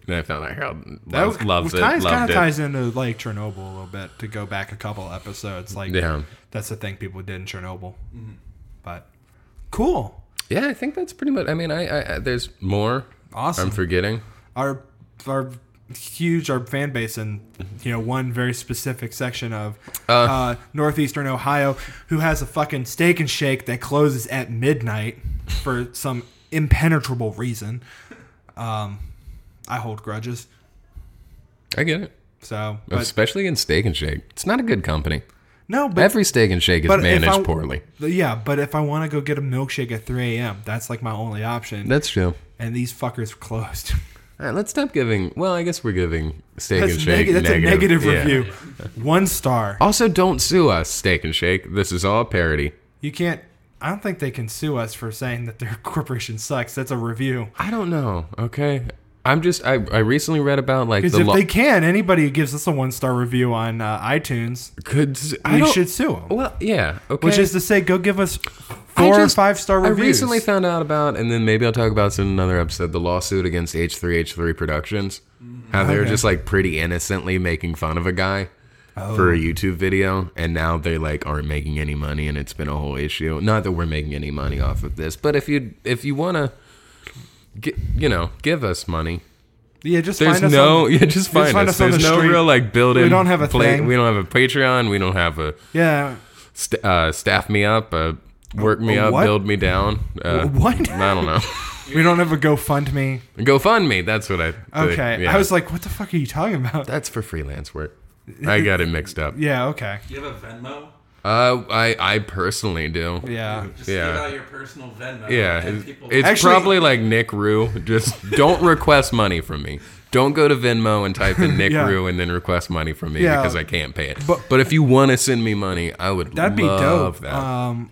then I found out Harold loves, That loves it. ties, kind loved of it. ties into like Chernobyl a little bit to go back a couple episodes. Like, Yeah. that's the thing people did in Chernobyl. But cool, Yeah, I think that's pretty much I mean I, I, I there's more awesome. I'm forgetting. our our huge our fan base in Mm-hmm. you know one very specific section of uh, northeastern Ohio who has a fucking steak and shake that closes at midnight for some impenetrable reason. Um, I hold grudges, I get it. so but Especially in Steak and Shake. It's not a good company. no, but Every Steak and Shake is but if managed I- poorly. yeah, but if I want to go get a milkshake at 3 a.m., that's like my only option, That's true. and these fuckers closed. All right, let's stop giving. Well, I guess we're giving Steak That's, and Shake. neg- that's a negative yeah. review. One star. Also, don't sue us, Steak and Shake. This is all parody. You can't. I don't think they can sue us for saying that their corporation sucks. That's a review. I don't know. Okay, I'm just. I I recently read about like Because the if law. they can, anybody who gives us a one star review on uh, iTunes, could s- I we don't- should sue them. Well, yeah. Okay. Which is to say, go give us I four or just- five star reviews. I recently found out about, and then maybe I'll talk about this in another episode. The lawsuit against H3H3 Productions, how they were Okay. just like pretty innocently making fun of a guy for a Oh. YouTube video, and now they like aren't making any money, and it's been a whole issue. Not that we're making any money off of this, but if you if you wanna, gi- you know, give us money. yeah, just There's find us no, on- yeah, just find, us. on There's the no street. real like building. We don't have a thing. We don't have a Patreon. We don't have a yeah. st- uh, staff me up, uh, work me A up, what? build me down. Uh, Wh- what? I don't know. We don't have a GoFundMe. GoFundMe. That's what I. the- Okay. yeah. I was like, what the fuck are you talking about? that's for freelance work. I got it mixed up. Yeah, okay. Do you have a Venmo? Uh, I I personally do. Yeah. Just Yeah. give out your personal Venmo. Yeah, and it's, people- it's Actually- probably like Nick Rue. Just don't request money from me. Don't go to Venmo and type in Nick Yeah. Rue and then request money from me Yeah. because I can't pay it. But, But- if you want to send me money, I would That'd be love dope. that. Um,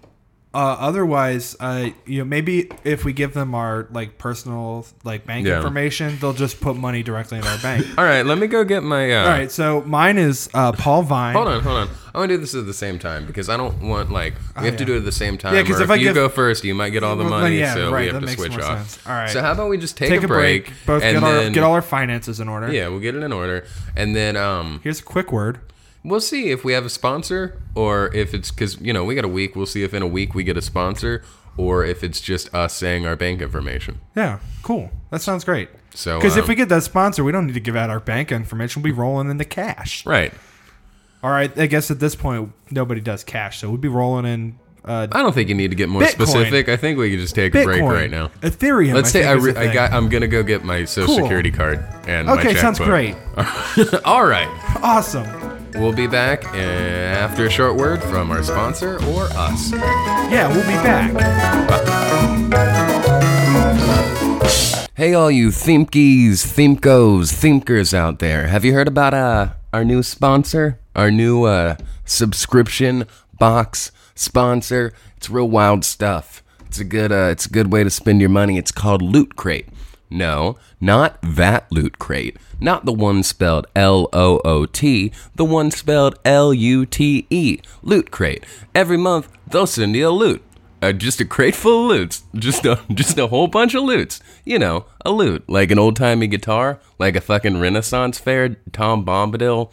uh, otherwise, uh, you know, maybe if we give them our like personal like bank Yeah. information, they'll just put money directly in our bank. All right, let me go get my. Uh, All right, so mine is uh, Paul Vine. Hold on, hold on. I want to do this at the same time because I don't want like we have to Oh, yeah. do it at the same time. Yeah, 'cause because if I you give- go first, you might get all the Well, money. yeah, so right, we have that to makes switch more off. sense. All right. So how about we just take, Take a break. Both and get our then- get all our finances in order. yeah, we'll get it in order, and then um, Here's a quick word. we'll see if we have a sponsor or if it's because you know we got a week. We'll see if in a week we get a sponsor or if it's just us saying our bank information. Yeah, cool. That sounds great. So Because um, if we get that sponsor, we don't need to give out our bank information. We'll be rolling into cash. right, All right, I guess at this point nobody does cash, so we'd be rolling in uh, I don't think you need to get more Bitcoin. specific. I think we can just take a Bitcoin break right now. Ethereum. Let's I say I, think, is re- a I thing. got. I'm gonna go get my social Cool. security card and my Okay, sounds checkbook. great. All right, Awesome. we'll be back uh, after a short word from our sponsor or us. Yeah, we'll be back. Hey, all you Thimkies, Thimkos, Thimkers out there. Have you heard about uh, our new sponsor? Our new uh, subscription box sponsor? It's real wild stuff. It's a good uh, it's a good way to spend your money. It's called Loot Crate. No, not that Loot Crate. Not the one spelled L O O T, the one spelled L U T E. Loot Crate. Every month, they'll send you a loot. uh, just a crate full of lutes, just a just a whole bunch of lutes. You know, a lute like an old timey guitar, like a fucking Renaissance fair Tom Bombadil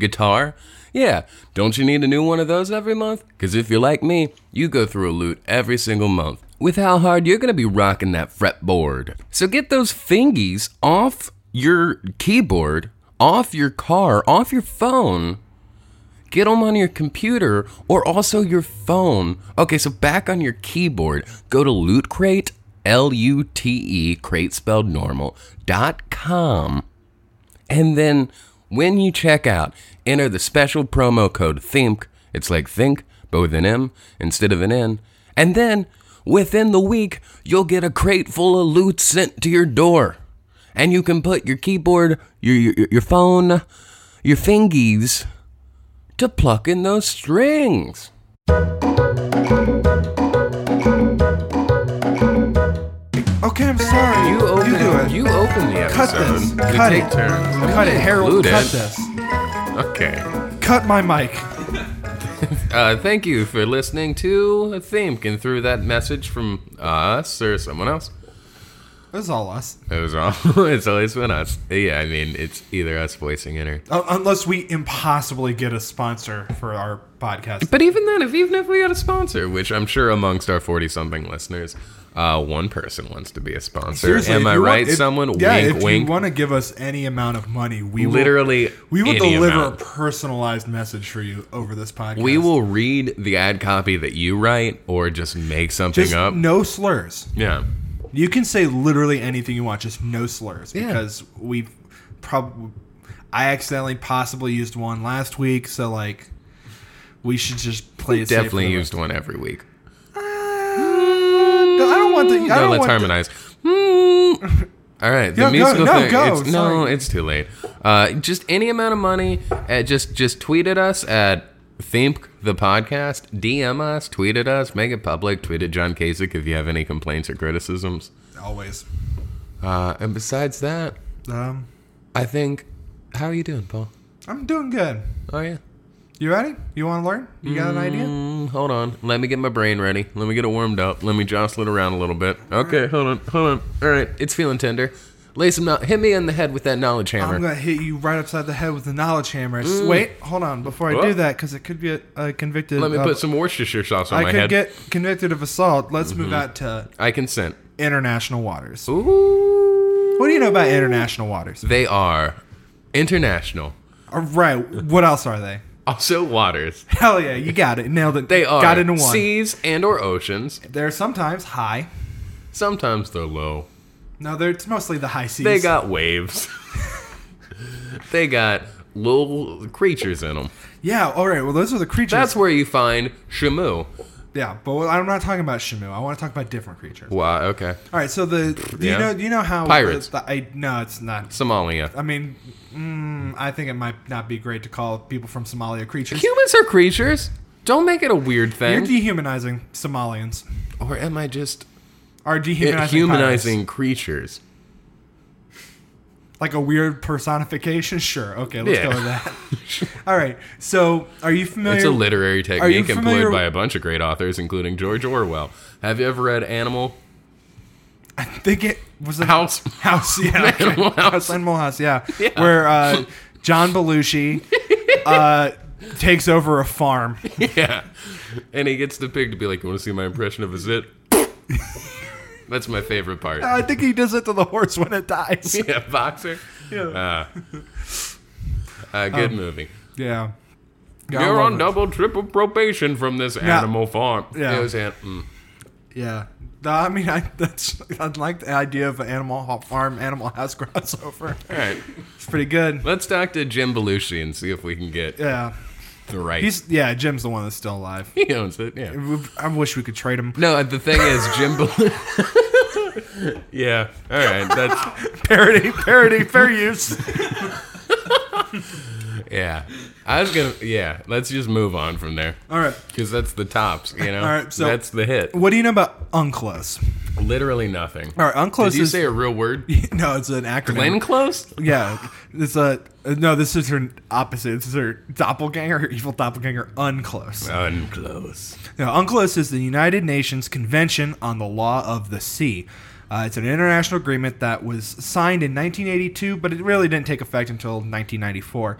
guitar. Yeah, don't you need a new one of those every month? Because if you're like me, you go through a loot every single month. With how hard you're gonna be rocking that fretboard. So get those fingies off your keyboard, off your car, off your phone get them on your computer or also your phone. Okay, so back on your keyboard, go to Loot Crate, L U T E, crate spelled normal, dot com. And then when you check out, enter the special promo code THINK. It's like THINK, but with an M instead of an N. And then within the week, you'll get a crate full of loot sent to your door. And you can put your keyboard, your, your, your phone, your fingies, to pluck in those strings. Okay, I'm sorry. You open, do it. you open the Cut episode. this. We Cut take it. turns. cut it, Harold. Include Cut it. this. Okay. Cut my mic. Uh, thank you for listening to Think and through that message from us or someone else. This is all us. It was wrong. it's always been us. Yeah, I mean, it's either us voicing it or. Uh, unless we impossibly get a sponsor for our podcast. But even then, if even if we had a sponsor, which I'm sure amongst our forty-something listeners, uh, one person wants to be a sponsor. Seriously, Am if I you want- right? if- someone yeah, wink, if wink. you want to give us any amount of money, we will, literally, we will any deliver amount. a personalized message for you over this podcast. We will read the ad copy that you write or just make something just up. no slurs. yeah. You can say literally anything you want, just no slurs, Yeah. because we probably I accidentally possibly used one last week, so like we should just play it safe for Definitely the used one every week. rest. I don't want the. I No, don't let's want the- harmonize. Hmm. All right, the Go, go, musical no, thing. go, it's, no, sorry. it's too late. Uh, just any amount of money. At just just tweet at us at Think the podcast. DM us. Tweet at us. Make it public. Tweet at John Kasich if you have any complaints or criticisms. always. Uh, and besides that, Um, I think. How are you doing, Paul? I'm doing good. Oh yeah. You ready? You want to learn? You got an idea? Mm, hold on. Let me get my brain ready. Let me get it warmed up. Let me jostle it around a little bit. Okay, hold on. Hold on. All right, it's feeling tender. Lay some. kno- Hit me in the head with that knowledge hammer. Mm. I'm gonna hit you right upside the head with the knowledge hammer. Just Wait, hold on before I Whoa. do that because it could be a, a convicted. Let me uh, put some Worcestershire sauce on I my could head. Mm-hmm. get convicted of assault. Let's move out to I consent. international waters. Ooh. What do you know about international waters? They are international. All right. What else are they? Also waters. Hell yeah, you got it. Nailed it. They are Got into one. seas and or oceans. They're sometimes high. Sometimes they're low. No, they're it's mostly the high seas. They got waves. they got little creatures in them. yeah. All right. Well, those are the creatures. That's where you find Shamu. yeah, but I'm not talking about Shamu. I want to talk about different creatures. Why? Okay. All right. So the do Yeah. you know do you know how Pirates. The, the, I no, it's not. Somalia. I mean, mm, I think it might not be great to call people from Somalia creatures. Humans are creatures. Don't make it a weird You're thing. dehumanizing Somalians. or am I just Are dehumanizing, humanizing creatures? pirates. like a weird personification? Sure. Okay, let's Yeah. go with that. All right. So, are you familiar? It's a literary Are you technique familiar- employed by a bunch of great authors, including George Orwell. Have you ever read Animal I think it was a House? house, yeah, okay. Animal House. Animal House, yeah, where uh, John Belushi uh, takes over a farm. yeah. And he gets the pig to be like, You want to see my impression of a zit? That's my favorite part. I think he does it to the horse when it dies. yeah, boxer. Yeah. Uh, uh, good movie. Yeah, Um, Yeah, I You're love on it. double, triple probation from this animal farm. Yeah. It was an- mm. Yeah. No, I mean, I, that's, I like the idea of an animal ho- farm, animal house crossover. All right. It's pretty good. Let's talk to Jim Belushi and see if we can get Yeah. the right. He's yeah. Jim's the one that's still alive. he owns it. Yeah. I wish we could trade him. No, the thing is, Jim Belushi. yeah. All right. That's Parody, parody, fair use. Yeah. I was gonna. Yeah. Let's just move on from there All right. because that's the tops. You know. All right, so- that's the hit. What do you know about unclose? Literally nothing. All right, unclose Did you is say a real word? no, it's an acronym. Glenn Close? Yeah, it's a no. This is her opposite. This is her doppelganger, her evil doppelganger, unclose. Unclose. Now, UNCLOS is the United Nations Convention on the Law of the Sea. Uh, it's an international agreement that was signed in 1982, but it really didn't take effect until 1994.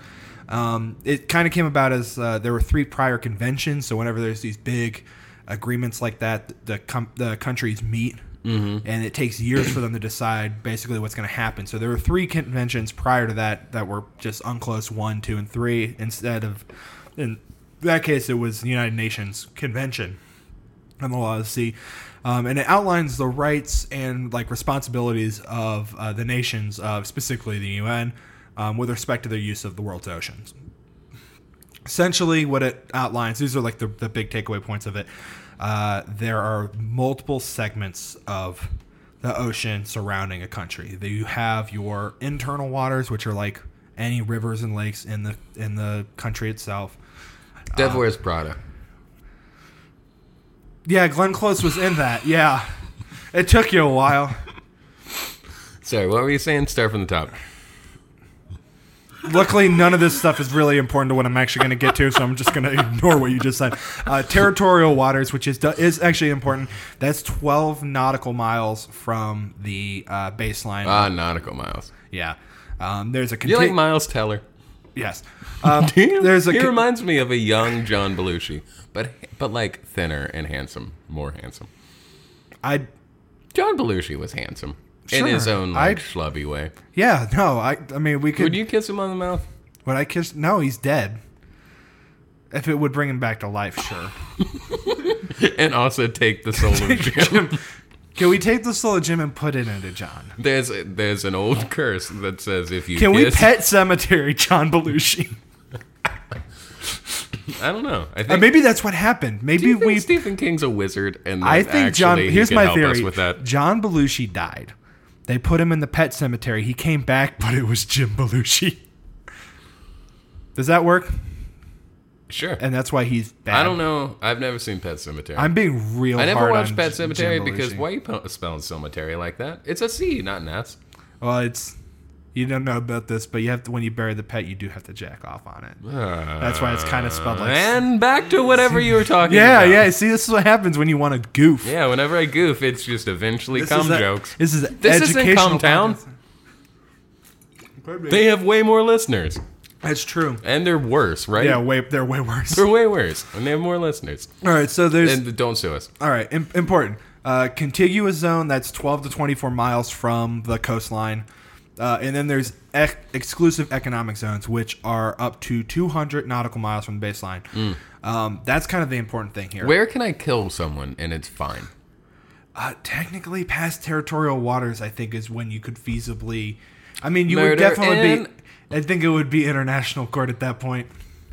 Um, it kind of came about as uh, there were three prior conventions, so whenever there's these big agreements like that, the com- the countries meet, and it takes years for them to decide basically what's going to happen. So there were three conventions prior to that that were just UNCLOS one, two, and three instead of in that case, it was the United Nations Convention on the Law of the Sea, um, and it outlines the rights and like responsibilities of uh, the nations, of specifically the UN, um, with respect to their use of the world's oceans. Essentially, what it outlines these are like the, the big takeaway points of it. Uh, there are multiple segments of the ocean surrounding a country. That You have your internal waters, which are like any rivers and lakes in the in the country itself. Dev Wears Prada. Yeah, Glenn Close was in that. Yeah. It took you a while. Sorry, what were you saying? Start from the top. Luckily, none of this stuff is really important to what I'm actually going to get to, so I'm just going to ignore what you just said. Uh, territorial waters, which is is actually important. That's 12 nautical miles from the uh, baseline. Ah, nautical miles. yeah. Um, there's a conti- You like Miles Teller? yes. Um, Do you? there's a he con- reminds me of a young John Belushi, but but like thinner and handsome, more handsome. I John Belushi was handsome in Sure, his own like I'd- schlubby way. yeah no I I mean we could Would you kiss him on the mouth? Would I kiss? No, he's dead. If it would bring him back to life, sure. And also take the soul of Jim. Can we take the soul of Jim and put it into John? There's there's an old curse that says if you Can we kiss, pet cemetery John Belushi? I don't know. I think, Uh, maybe that's what happened. Maybe I think we. Stephen King's a wizard, and I that think John. actually he Here's can my help us theory. with that. John Belushi died. They put him in the pet cemetery. He came back, but it was Jim Belushi. Does that work? Sure. And that's why he's bad. I don't know. I've never seen Pet Cemetery. I'm being real. I never hard watched on Pet J- Cemetery Jim because Belushi. why you p- spelling cemetery like that? It's a C, not an S. Well, it's you don't know about this, but you have to when you bury the pet, you do have to jack off on it. That's why it's kind of spelled like. And back to whatever you were talking yeah, about. yeah. See, this is what happens when you want to goof. Yeah, whenever I goof, it's just eventually This cum is a- jokes. This is This isn't educational cum town. podcast. They have way more listeners. That's true. And they're worse, right? Yeah, way they're way worse. They're way worse. And they have more listeners. All right, so there's And don't sue us. all right im- important uh, contiguous zone that's 12 to 24 miles from the coastline, uh, and then there's ec- exclusive economic zones which are up to 200 nautical miles from the baseline. Um, that's kind of the important thing here. Mm. Where can I kill someone and it's fine? Uh, technically, past territorial waters, I think, is when you could feasibly. I mean, you would Murder definitely in- be. I think it would be international court at that point.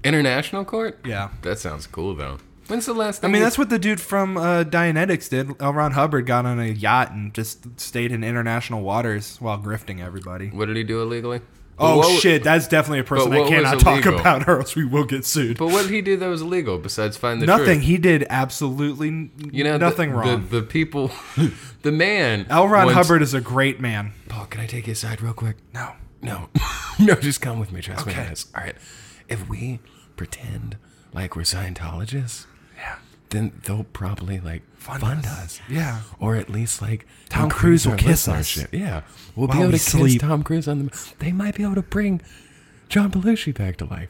International court? Yeah. That sounds cool, though. When's the last I time mean, you- that's what the dude from uh, Dianetics did. L. Ron Hubbard got on a yacht and just stayed in international waters while grifting everybody. What did he do illegally? Oh, What- shit, that's definitely a person but I what was cannot talk illegal? about, or else we will get sued. But what did he do that was illegal besides find the nothing. truth? He did absolutely n- You know, the- nothing the, wrong. The, people, the man. L. Ron once- Hubbard is a great man. Paul, can I take you aside real quick? No. No, no, just come with me. Trust me Okay. on this. All right, if we pretend like we're Scientologists, Yeah. then they'll probably like fund, us. Yeah. or at least like Tom increase Cruise will our kiss us. listenership. Yeah, we'll be While able we to sleep. kiss Tom Cruise on the. They might be able to bring John Belushi back to life.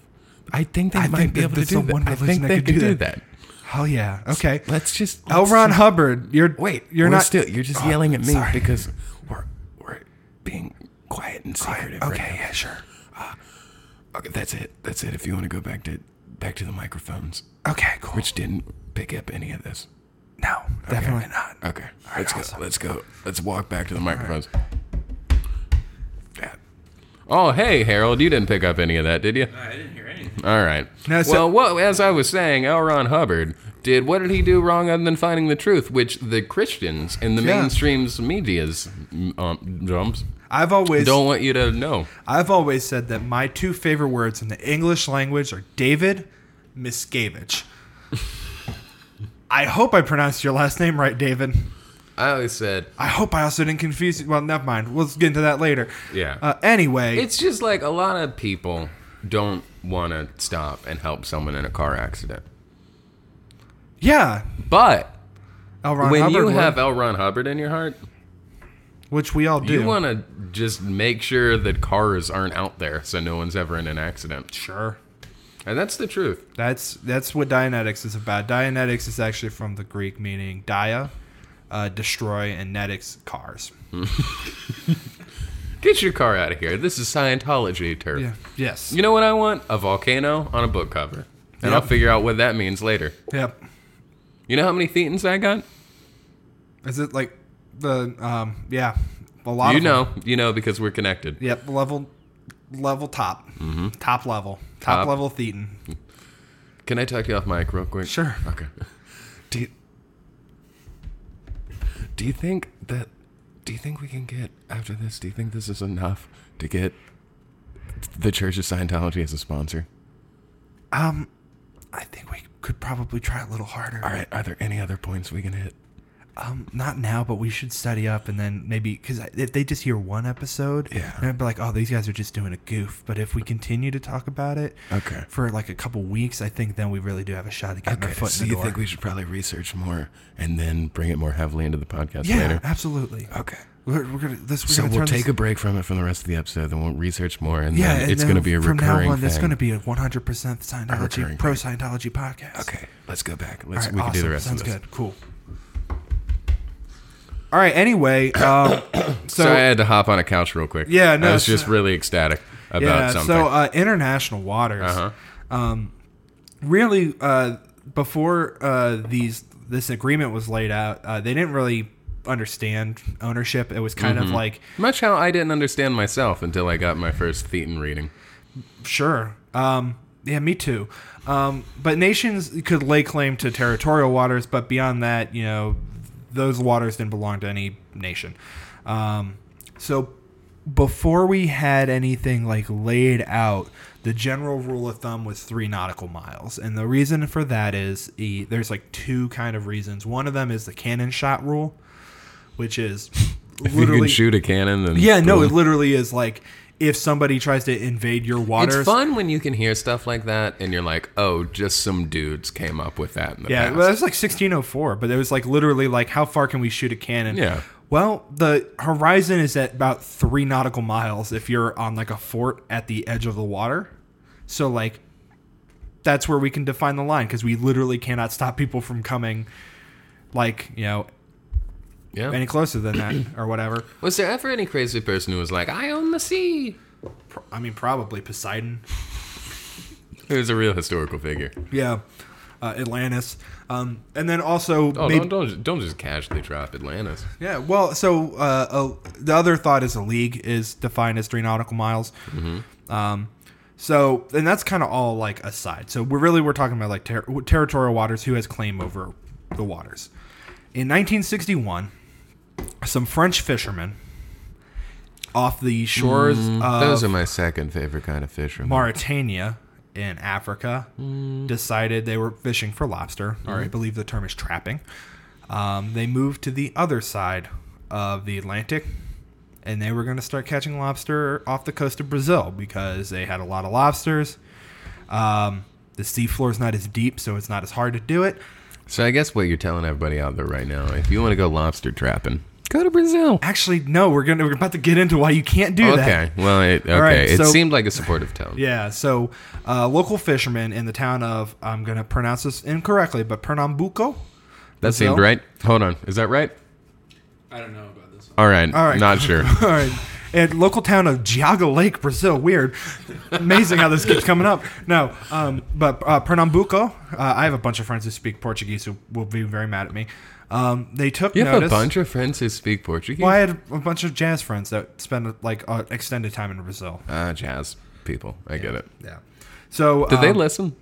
I think they I might think be that able to that's the do that. one I religion think that they could could do do that. that. Hell yeah. Okay. Let's just L. let's Ron just- Hubbard, you're Wait, You're we're not still. You're just Oh, yelling at me sorry. because we're we're being quiet and secretive. right Okay, now. yeah, sure. Okay, that's it. That's it. If you want to go back to back to the microphones, Okay, cool. which didn't pick up any of this. no, definitely not. Okay, let's go. Let's go. Let's walk back to the microphones. Yeah. Oh, hey, Harold, you didn't pick up any of that, did you? I didn't hear anything. All right. No, so- well, what, as I was saying, L. Ron Hubbard did what did he do wrong other than finding the truth which the christians and the Yeah. mainstream's media's mm, um, drums I've always don't want you to know I've always said that my two favorite words in the English language are David Miscavige. I hope I pronounced your last name right, David. i always said I hope I also didn't confuse you. Well, never mind. We'll get into that later. Yeah. Uh, anyway, it's just like a lot of people don't want to stop and help someone in a car accident yeah. but L. Ron when Hubbard you would, have L. Ron Hubbard in your heart, which we all do. you want to just make sure that cars aren't out there so no one's ever in an accident. sure. And that's the truth. That's that's what Dianetics is about. Dianetics is actually from the Greek meaning dia, uh, destroy, and netics, cars. Get your car out of here. This is Scientology turf. Yeah. Yes. You know what I want? A volcano on a book cover. And I'll Yep. figure out what that means later. Yep. You know how many thetans I got? Is it like the um yeah a lot? you of them. know. You know because we're connected. Yep. Level level top top level top, Mm-hmm. Top. level Thetan. Can I talk to you off mic real quick? Sure. Okay. Do you, do you think that do you think we can get after this? Do you think this is enough to get the Church of Scientology as a sponsor? Um, I think we could probably try a little harder. All right, are there any other points we can hit? Um, not now, but we should study up and then maybe because if they just hear one episode, Yeah. and be like, oh, these guys are just doing a goof. But if we continue to talk about it, Okay. for like a couple weeks, I think then we really do have a shot at getting our foot so in the you door. think we should probably research more and then bring it more heavily into the podcast yeah, later? absolutely. Okay. We're, we're gonna this. We're So gonna we'll turn take this, a break from it from the rest of the episode, then we'll research more, and yeah. then and it's then going to be a from recurring now on, thing. It's gonna be a 100 percent recurring Scientology pro Scientology podcast. Okay, let's go back. All Let's right, we awesome. can do the rest Sounds of this. good. Cool. All right. Anyway, um, so So I had to hop on a couch real quick. Yeah, no, I was so- just really ecstatic about yeah, something. so uh, international waters. Uh-huh. Um, really, uh, before uh, these this agreement was laid out, uh, they didn't really understand ownership. It was kind Mm-hmm. of like Much how I didn't understand myself until I got my first Thetan reading. Sure. Um, yeah, me too. Um, but nations could lay claim to territorial waters, but beyond that, you know, those waters didn't belong to any nation. Um, so before we had anything like laid out, the general rule of thumb was three nautical miles, and the reason for that is e, there's like two kind of reasons. One of them is the cannon shot rule, which is If you can literally shoot a cannon, then yeah, no, it boom. literally is like if somebody tries to invade your waters. It's fun when you can hear stuff like that, and you're like, "Oh, just some dudes came up with that in the Yeah, past." well, it was like 1604, but it was like literally like how far can we shoot a cannon? Yeah. Well, the horizon is at about three nautical miles if you're on like a fort at the edge of the water. So like, that's where we can define the line because we literally cannot stop people from coming, like you know, yeah. any closer than that or whatever. Was there ever any crazy person who was like, "I own the sea"? Pro- I mean, probably Poseidon. It was a real historical figure. Yeah. Uh, Atlantis, um, and then also Oh, maybe- don't, don't don't just casually drop Atlantis. Yeah, well, so uh, a, the other thought is a league is defined as three nautical miles. Um, so, and that's kind of all like aside. So we're really we're talking about like ter- territorial waters. Who has claim over the waters? In 1961, some French fishermen off the shores of Those are my second favorite kind of fishermen. Mauritania in Africa decided they were fishing for lobster, or I believe the term is trapping. Um, they moved to the other side of the Atlantic and they were going to start catching lobster off the coast of Brazil because they had a lot of lobsters. Um, the seafloor is not as deep, so it's not as hard to do it. So I guess what you're telling everybody out there right now, if you want to go lobster trapping, go to Brazil. Actually, no, we're going to we're about to get into why you can't do that. Okay. Well, it, okay. right, it so- seemed like a supportive tone. Yeah, so uh, local fishermen in the town of I'm going to pronounce this incorrectly, but Pernambuco. that Brazil? seemed right. Hold on. Is that right? I don't know about this one. All right. All right. Not sure. All right. At local town of Geauga Lake, Brazil. Weird. Amazing how this keeps coming up. No, um, but uh, Pernambuco. Uh, I have a bunch of friends who speak Portuguese who will be very mad at me. Um, they took You have notice. a bunch of friends who speak Portuguese. Well, I had a bunch of jazz friends that spent like uh, extended time in Brazil. Ah, jazz people. I get it. Yeah. So Did they um, listen?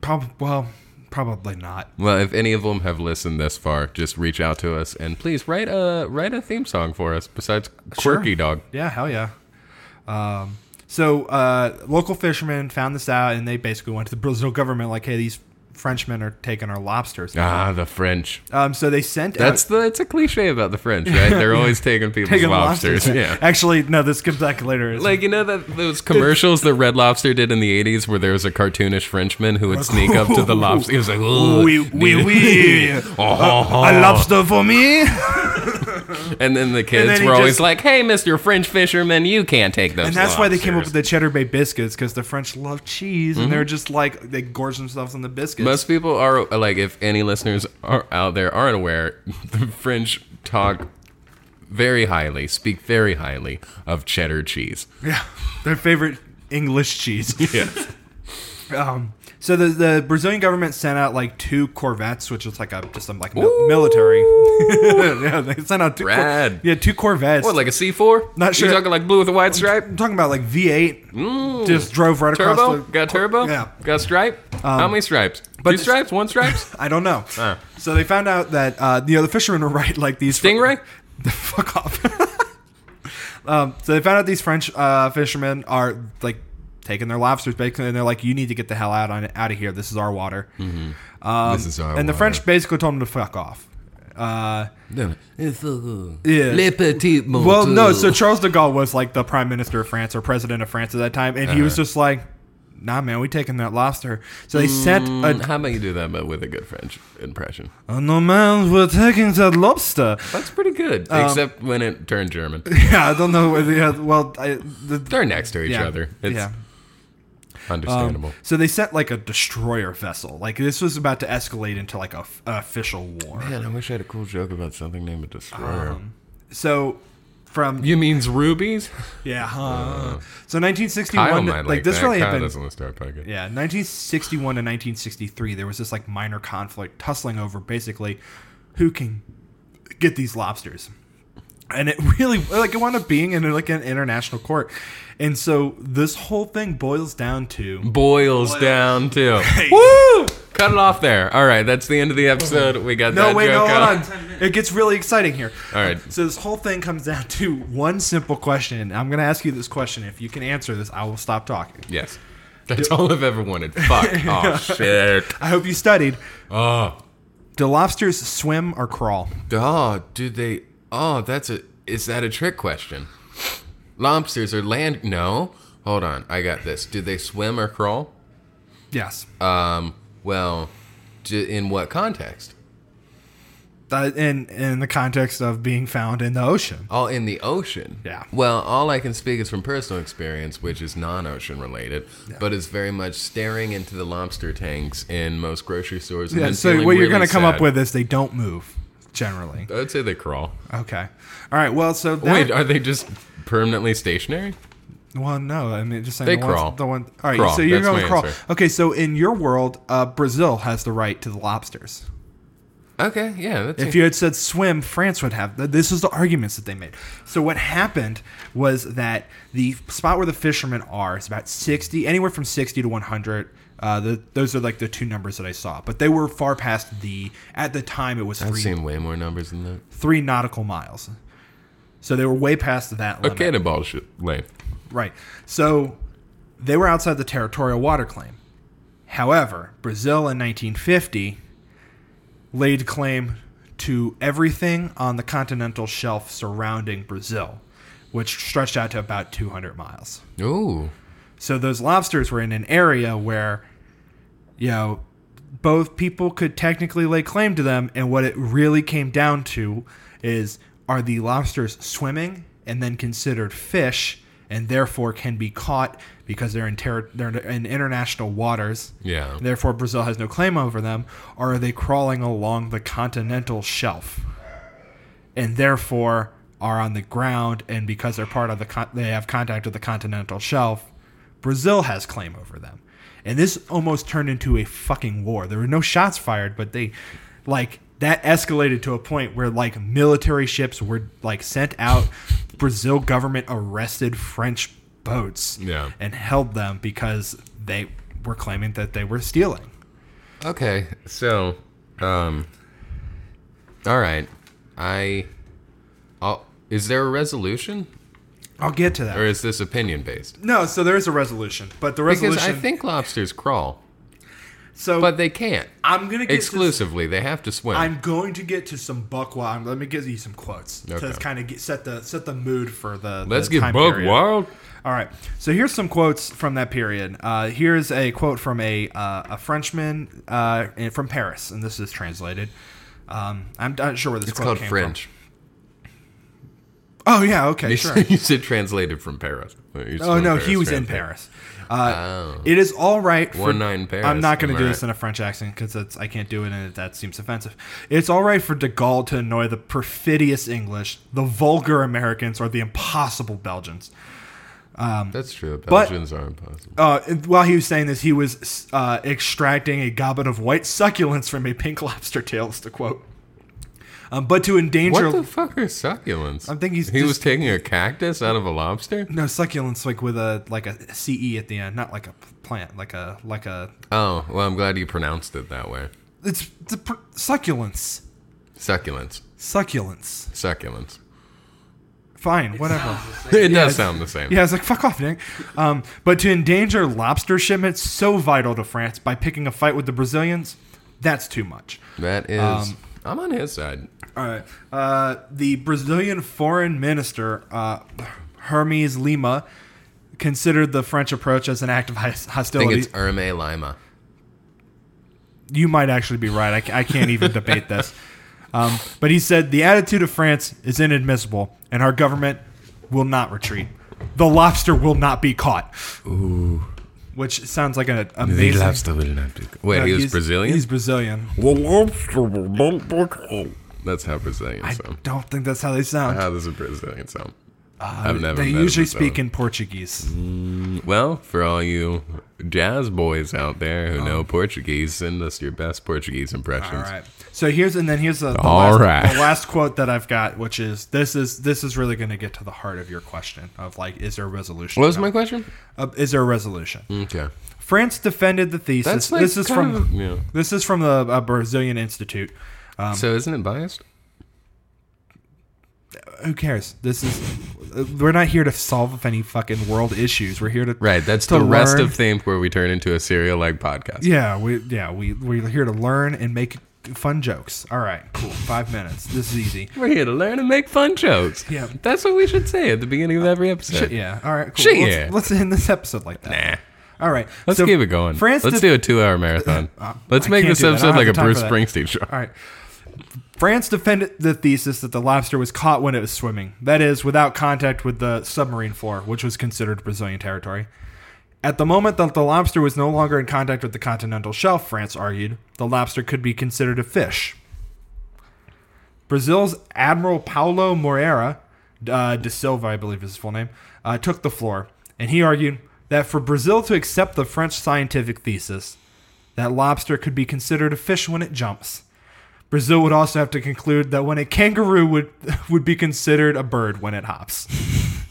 prob- well, Probably not. Well, if any of them have listened this far, just reach out to us and please write a write a theme song for us. Besides Quirky Dog, Yeah, hell yeah. Um, so uh, local fishermen found this out, and they basically went to the Brazil government like, "Hey, these Frenchmen are taking our lobsters." ah, the French. Um, so they sent That's out, the it's a cliche about the French, right? They're always taking people's taking lobsters. Yeah. Actually, no. This comes back later. It's- Like you know that those commercials that Red Lobster did in the '80s, where there was a cartoonish Frenchman who would sneak up to the lobster. He was like, "Ooh, Oui, oui, need- oui. Oh, a lobster for me. And then the kids then he were always just- like, "Hey, Mister French fisherman, you can't take those." and that's why they came up lobsters." Mm-hmm. with the cheddar bay biscuits because the French love cheese, and they're just like they gorge themselves on the biscuits. Most people are like, if any listeners are out there aren't aware, the French talk very highly, speak very highly of cheddar cheese. yeah, their favorite English cheese. Um, so the, the Brazilian government sent out like two corvettes, which is like a just some like mil- Ooh. military. yeah, they sent out two. cor- Rad. yeah, two corvettes. What, like a C four? Not sure. You talking like blue with a white stripe? I'm talking about like V8. Just drove right across Turbo? the. Got turbo? Yeah. Um, Got stripe? How many stripes? Two it's- stripes? One stripes? I don't know. So they found out that uh, you know the fishermen were right. Like these Stingray? fuck off. um, so they found out these French uh, fishermen are like taking their lobsters basically, and they're like, "You need to get the hell out on out of here. This is our water." Um, Mm-hmm. This is our and the water. French basically told them to fuck off. Uh, Yeah. Le petit well, no. So Charles de Gaulle was like the prime minister of France or president of France at that time, and he Uh-huh. was just like, "Nah, man, we taking that lobster." So they sent a how about you do that, but with a good French impression? Oh, no, man, we're taking that lobster. That's pretty good, Um, except when it turned German. Yeah, I don't know. whether- Yeah, well, I, the, They're next to each yeah, other. It's yeah. understandable. So they sent like a destroyer vessel. Like this was about to escalate into like a f- official war. Man, I wish I had a cool joke about something named a destroyer. Um, So from you means rubies? yeah, huh. so 1961. I don't mind like, like this that. really Kyle happened. doesn't listen to our podcast. Yeah, 1961 to 1963, there was this like minor conflict tussling over basically who can get these lobsters. And it really like it wound up being in like an international court. And so this whole thing boils down to Boils down to Woo! cut it off there. All right, that's the end of the episode. We got No, that wait, no, joke hold out. on. It gets really exciting here. All right. So this whole thing comes down to one simple question. I'm gonna ask you this question. If you can answer this, I will stop talking. Yes, that's all I've ever wanted. Fuck. Oh shit. I hope you studied. Oh. Do lobsters swim or crawl? Oh, do they? Oh, that's a. Is that a trick question? Lobsters are land. No. Hold on. I got this. Do they swim or crawl? Yes. Um. Well, do, in what context? uh, in in the context of being found in the ocean. All in the ocean. Yeah. Well, all I can speak is from personal experience, which is non-ocean related, but it's very much staring into the lobster tanks in most grocery stores. And Yeah. then So feeling what you're really going to come up sad. with is they don't move generally. I would say they crawl. Okay. All right. Well, so that, Wait, uh, are they just permanently stationary? Well, no. I mean, just saying They the ones- crawl. the one. All right. Crawl. So you're That's going my crawl. answer. Okay. So in your world, uh, Brazil has the right to the lobsters. Okay. Yeah. That's If you had said swim, France would have. th- This was the arguments that they made. So what happened was that the spot where the fishermen are is about sixty, anywhere from sixty to one hundred. Uh, the, those are like the two numbers that I saw, but they were far past the. At the time, it was I've three seen way more numbers than that. three nautical miles, so they were way past that A limit. cannonball ship length. Right. So they were outside the territorial water claim. However, Brazil in 1950 laid claim to everything on the continental shelf surrounding Brazil, which stretched out to about 200 miles. Ooh. So those lobsters were in an area where, you know, both people could technically lay claim to them. And what it really came down to is are the lobsters swimming and then considered fish and therefore can be caught because they're in, terri they're in international waters? Yeah. Therefore, Brazil has no claim over them. Or are they crawling along the continental shelf? and therefore are on the ground and because they're part of the con- they have contact with the continental shelf brazil has claim over them and this almost turned into a fucking war there were no shots fired but they like that escalated to a point where like military ships were like sent out brazil government arrested french boats Yeah. and held them because they were claiming that they were stealing Okay, so, um, all right, I, I'll, is there a resolution I'll get to that. or is this opinion based? No, so there is a resolution, but the resolution. Because I think lobsters crawl, so. but they can't I'm gonna get to- exclusively. They have to swim. I'm going to get to some buck wild. Let me give you some quotes Okay. to kind of get, set the set the mood for the. Let's the get time bug period. wild. All right. So here's some quotes from that period. Uh, here's a quote from a uh, a Frenchman uh, and- from Paris, and this is translated. Um, I'm not sure where this It's quote called came French. from. Oh yeah. Okay. You, Sure. said, you said translated from Paris. Oh no, he was in Paris. Uh, It is all right. For, Oh. One night in I'm Paris, not going am to I do right? this in a French accent because I can't do it, and that seems offensive. It's all right for De Gaulle to annoy the perfidious English, the vulgar Americans, or the impossible Belgians. That's true. Belgians are impossible. Uh, while he was saying this, he was uh, extracting a goblet of white succulents from a pink lobster tails, to quote. Um, but to endanger What the fuck are succulents? I'm thinking he's he was just- taking a cactus out of a lobster. no succulents like with a like a ce at the end, not like a plant, like a like a Oh well, I'm glad you pronounced it that way. it's, it's a pr- succulents. Succulents, succulents. succulents. Fine, whatever. It does sound the same. Yeah, I was like, fuck off, Nick. Um, but to endanger lobster shipments so vital to France by picking a fight with the Brazilians, that's too much. That is. Um, I'm on his side. All right. Uh, the Brazilian foreign minister, uh, Hermes Lima, considered the French approach as an act of hos- I think hostility. it's Erme Lima. you might actually be right. I, ca- I can't even debate this. Um, but he said the attitude of France is inadmissible, and our government will not retreat. The lobster will not be caught. Ooh. Which sounds like an amazing. will not be. Wait, No, he was he's- Brazilian. He's Brazilian. the lobster will not be caught. That's how Brazilian I sound. don't think that's how they sound. How does a Brazilian sound? I've never. Uh, they met a usually speak Brazilian. in Portuguese. Mm. Well, for all you jazz boys out there who know Portuguese, send us your best Portuguese impressions. Oh. All right. So here's and then here's the, the All last, right. the last quote that I've got, which is this is this is really going to get to the heart of your question of like, is there a resolution? What was my question? Uh, is there a resolution? Okay. France defended the thesis. That's like this is from kind of- yeah. this is from the uh, Brazilian Institute. Um, so isn't it biased? Who cares? This is we're not here to solve any fucking world issues. We're here to Right. That's to the rest learn. of Think where we turn into a serial like podcast. Yeah, we yeah we we're here to learn and make fun jokes. All right, cool. Five minutes. This is easy. We're here to learn and make fun jokes. Yeah. That's what we should say at the beginning of every episode. Yeah. All right. Cool. Shit, Let's, yeah. let's end this episode like that. All right. Let's so keep it going. France Let's def- do a two hour marathon. Uh, Let's I make can't this do that. I episode don't like a have the time Bruce for that. Springsteen show. All right. France defended the thesis that the lobster was caught when it was swimming, that is, without contact with the submarine floor, which was considered Brazilian territory. At the moment that the lobster was no longer in contact with the continental shelf, France argued, the lobster could be considered a fish. Brazil's Admiral Paulo Moreira uh, de Silva, I believe is his full name, uh, took the floor, and he argued that for Brazil to accept the French scientific thesis, that lobster could be considered a fish when it jumps. Brazil would also have to conclude that when a kangaroo would would be considered a bird when it hops.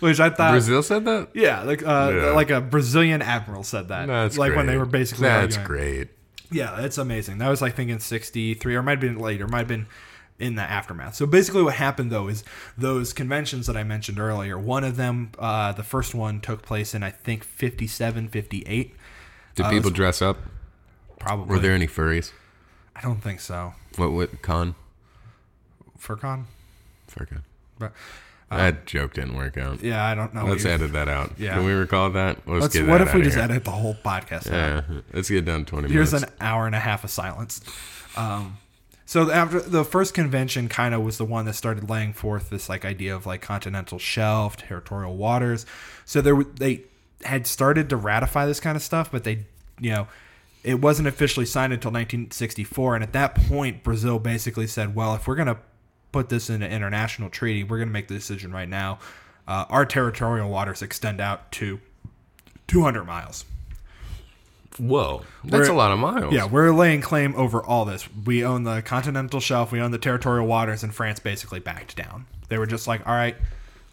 Which I thought, Brazil said that? yeah, like uh, Yeah. like a Brazilian admiral said that, That's like uh, when great. they were basically That's arguing. great. Yeah, that's amazing. That was like thinking '63, or it might have been later, might have been in the aftermath. So basically, what happened though is those conventions that I mentioned earlier. One of them, uh, the first one, took place in I think '57, '58, Did uh, people dress up? probably. Were there any furries? I don't think so. What what con? Furcon, Furcon. but That joke didn't work out. Uh, yeah, I don't know. what Let's you- edit that out. Yeah. Can we recall that? Let's, Let's, get what that if we outta just here. edit the whole podcast? out? Yeah, let's get down to 20 Here's an minutes. hour and a half of silence. Um, so after the first convention, kind of was the one that started laying forth this like idea of like continental shelf, territorial waters. So there w- they had started to ratify this kind of stuff, but they, you know, it wasn't officially signed until 1964. And at that point, Brazil basically said, "Well, if we're gonna put this in an international treaty, we're gonna make the decision right now. Uh, our territorial waters extend out to 200 miles." Whoa, that's We're- a lot of miles. Yeah, we're laying claim over all this. We own the continental shelf, we own the territorial waters, and France basically backed down. They were just like, all right,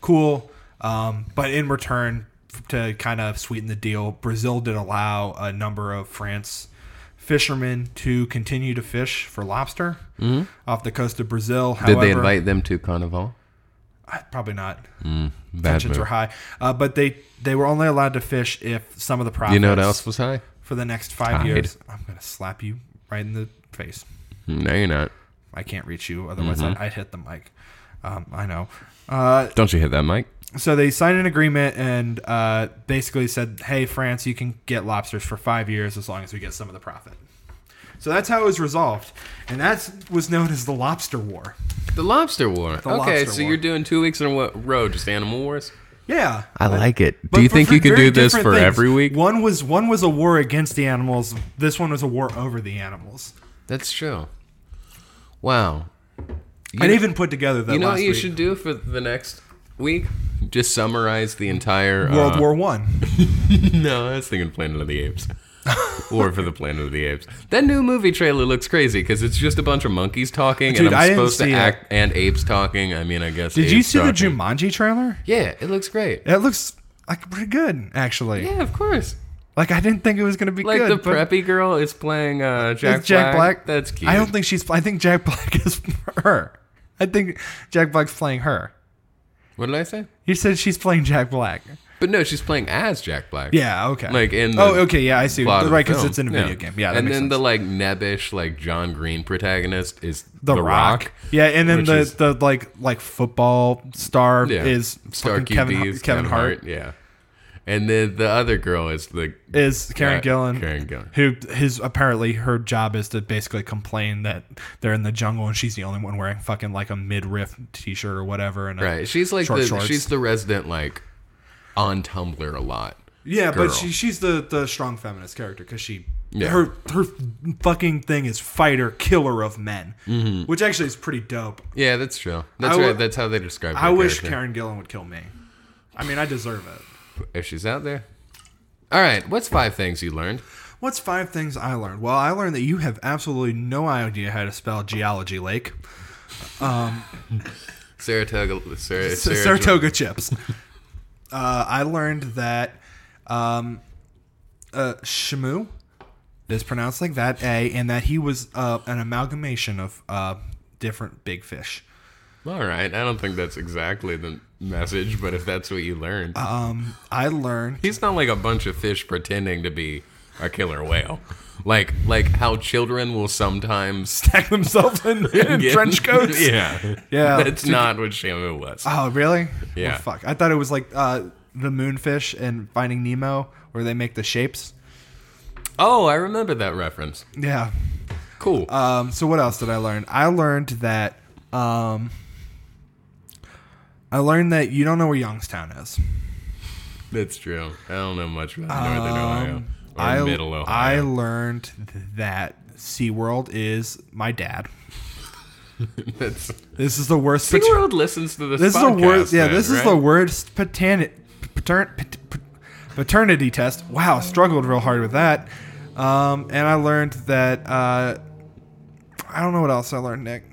cool. Um, but in return, f- to kind of sweeten the deal, Brazil did allow a number of France fishermen to continue to fish for lobster off the coast of Brazil. Mm-hmm. Did However, they invite them to Carnival? I- Probably not. Bad Tensions move. were high, uh, but they they were only allowed to fish if some of the profits You know what else was high? for the next five Tide. years. I'm gonna slap you right in the face. No, you're not. I can't reach you, otherwise Mm-hmm. I'd, I'd hit the mic. Um, I know. Uh, Don't you hit that, Mike? so they signed an agreement and uh, basically said, "Hey, France, you can get lobsters for five years as long as we get some of the profit." So that's how it was resolved, and that was known as the Lobster War. The Lobster War. okay, Lobster so War. you're doing two weeks in a wo- row, just Animal Wars. Yeah, I like it. But Do you for- think for you could very do this different for things. every week? One was one was a war against the animals. This one was a war over the animals. That's true. Wow. I'd even put together that You know last what you week. should do for the next week? Just summarize the entire World uh, War One. No, I was thinking Planet of the Apes. War for the Planet of the Apes. That new movie trailer looks crazy because it's just a bunch of monkeys talking, Dude, and I I'm didn't supposed to see it. act and apes talking. I mean, I guess. Did you apes see the talking. Jumanji trailer? Yeah, it looks great. It looks like pretty good, actually. Yeah, of course. Like I didn't think it was gonna be Like good. the but preppy girl is playing uh, Jack, it's Jack Black. Black. That's cute. I don't think she's. I think Jack Black is her. I think Jack Black's playing her. what did I say? You said she's playing Jack Black. But no, she's playing as Jack Black. Yeah. Okay. Like in the oh, okay. Yeah, I see. plot of Right, the because film. it's in a video game. Yeah. That and makes then sense. the like nebbish, like John Green protagonist is The, Rock. Yeah, and then which the, is- the like like football star Yeah. is Star fucking Kevin, QB is Kevin Hart, Yeah. And then the other girl is the is Karen Yeah, Gillan. Karen Gillan. Who his apparently her job is to basically complain that they're in the jungle and she's the only one wearing fucking like a midriff t-shirt or whatever and a- right. She's like Short the shorts. she's the resident like on Tumblr a lot. Yeah, girl. but she she's the the strong feminist character because she Yeah. her her fucking thing is fighter killer of men, Mm-hmm. which actually is pretty dope. Yeah, that's true. That's I wa- right. That's how they describe. Her I wish character. Karen Gillan would kill me. I mean, I deserve it. if she's out there. All right. What's five things you learned? What's five things I learned? Well, I learned that you have absolutely no idea how to spell geology lake. Saratoga. Sar- S- Saratoga chips. Uh, I learned that um, uh, Shamu is pronounced like that A, and that he was uh, an amalgamation of uh, different big fish. All right. I don't think that's exactly the message, but if that's what you learned, Um, I learned. he's not like a bunch of fish pretending to be a killer whale. Like like how children will sometimes Pack themselves in, in Yeah. trench coats. yeah. Yeah. That's not what Shamu was. Oh, really? Yeah. Oh, fuck. I thought it was like uh, the Moonfish and Finding Nemo, where they make the shapes. Oh, I remember that reference. Yeah. Cool. Um, so what else did I learn? I learned that um, I learned that you don't know where Youngstown is. That's true. I don't know much about Northern Ohio Um, or I, Middle I Ohio. learned that SeaWorld is my dad. That's This is the worst. pat- SeaWorld listens to this. this is the podcast, worst. Yeah, then, this is right? the worst paternity paternity test. Wow, struggled real hard with that. Um, and I learned that uh, I don't know what else I learned, Nick.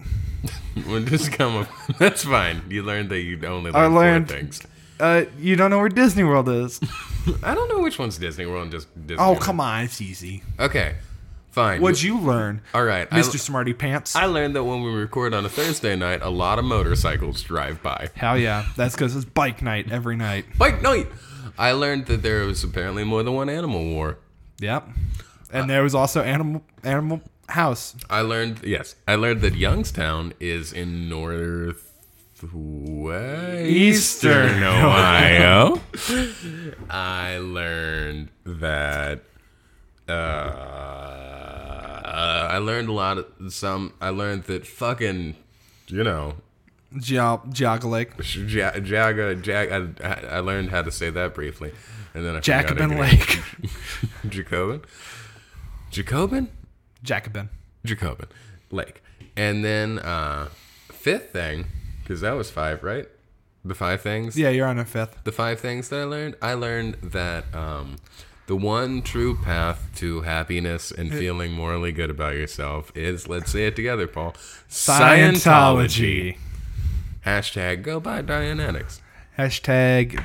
Well, just come up. That's fine. You learned that you only learn I learned- four things. Uh, you don't know where Disney World is. I don't know which one's Disney World and just Disney. Oh, come on, it's easy. Okay, fine. What'd you learn? All right, I- Mr. Smarty Pants. I learned that when we record on a Thursday night, a lot of motorcycles drive by. Hell yeah, that's because it's bike night every night. Bike night. I learned that there was apparently more than one animal war. Yep. And there was also Animal Animal House. I learned yes. I learned that Youngstown is in northwestern Eastern Ohio. I learned that. Uh, I learned a lot of some. I learned that fucking, you know, Geog- Geog Lake. Ja- Jaga Jag. I, I learned how to say that briefly, and then I forgot Jacobin again. Lake. Jacobin. Jacobin. Jacobin. Jacobin Lake. And then uh fifth thing, because that was five, right? The five things. Yeah, you're on a fifth. The five things that I learned. I learned that um the one true path to happiness and feeling morally good about yourself is, let's say it together, Paul. Hashtag go buy Dianetics. Hashtag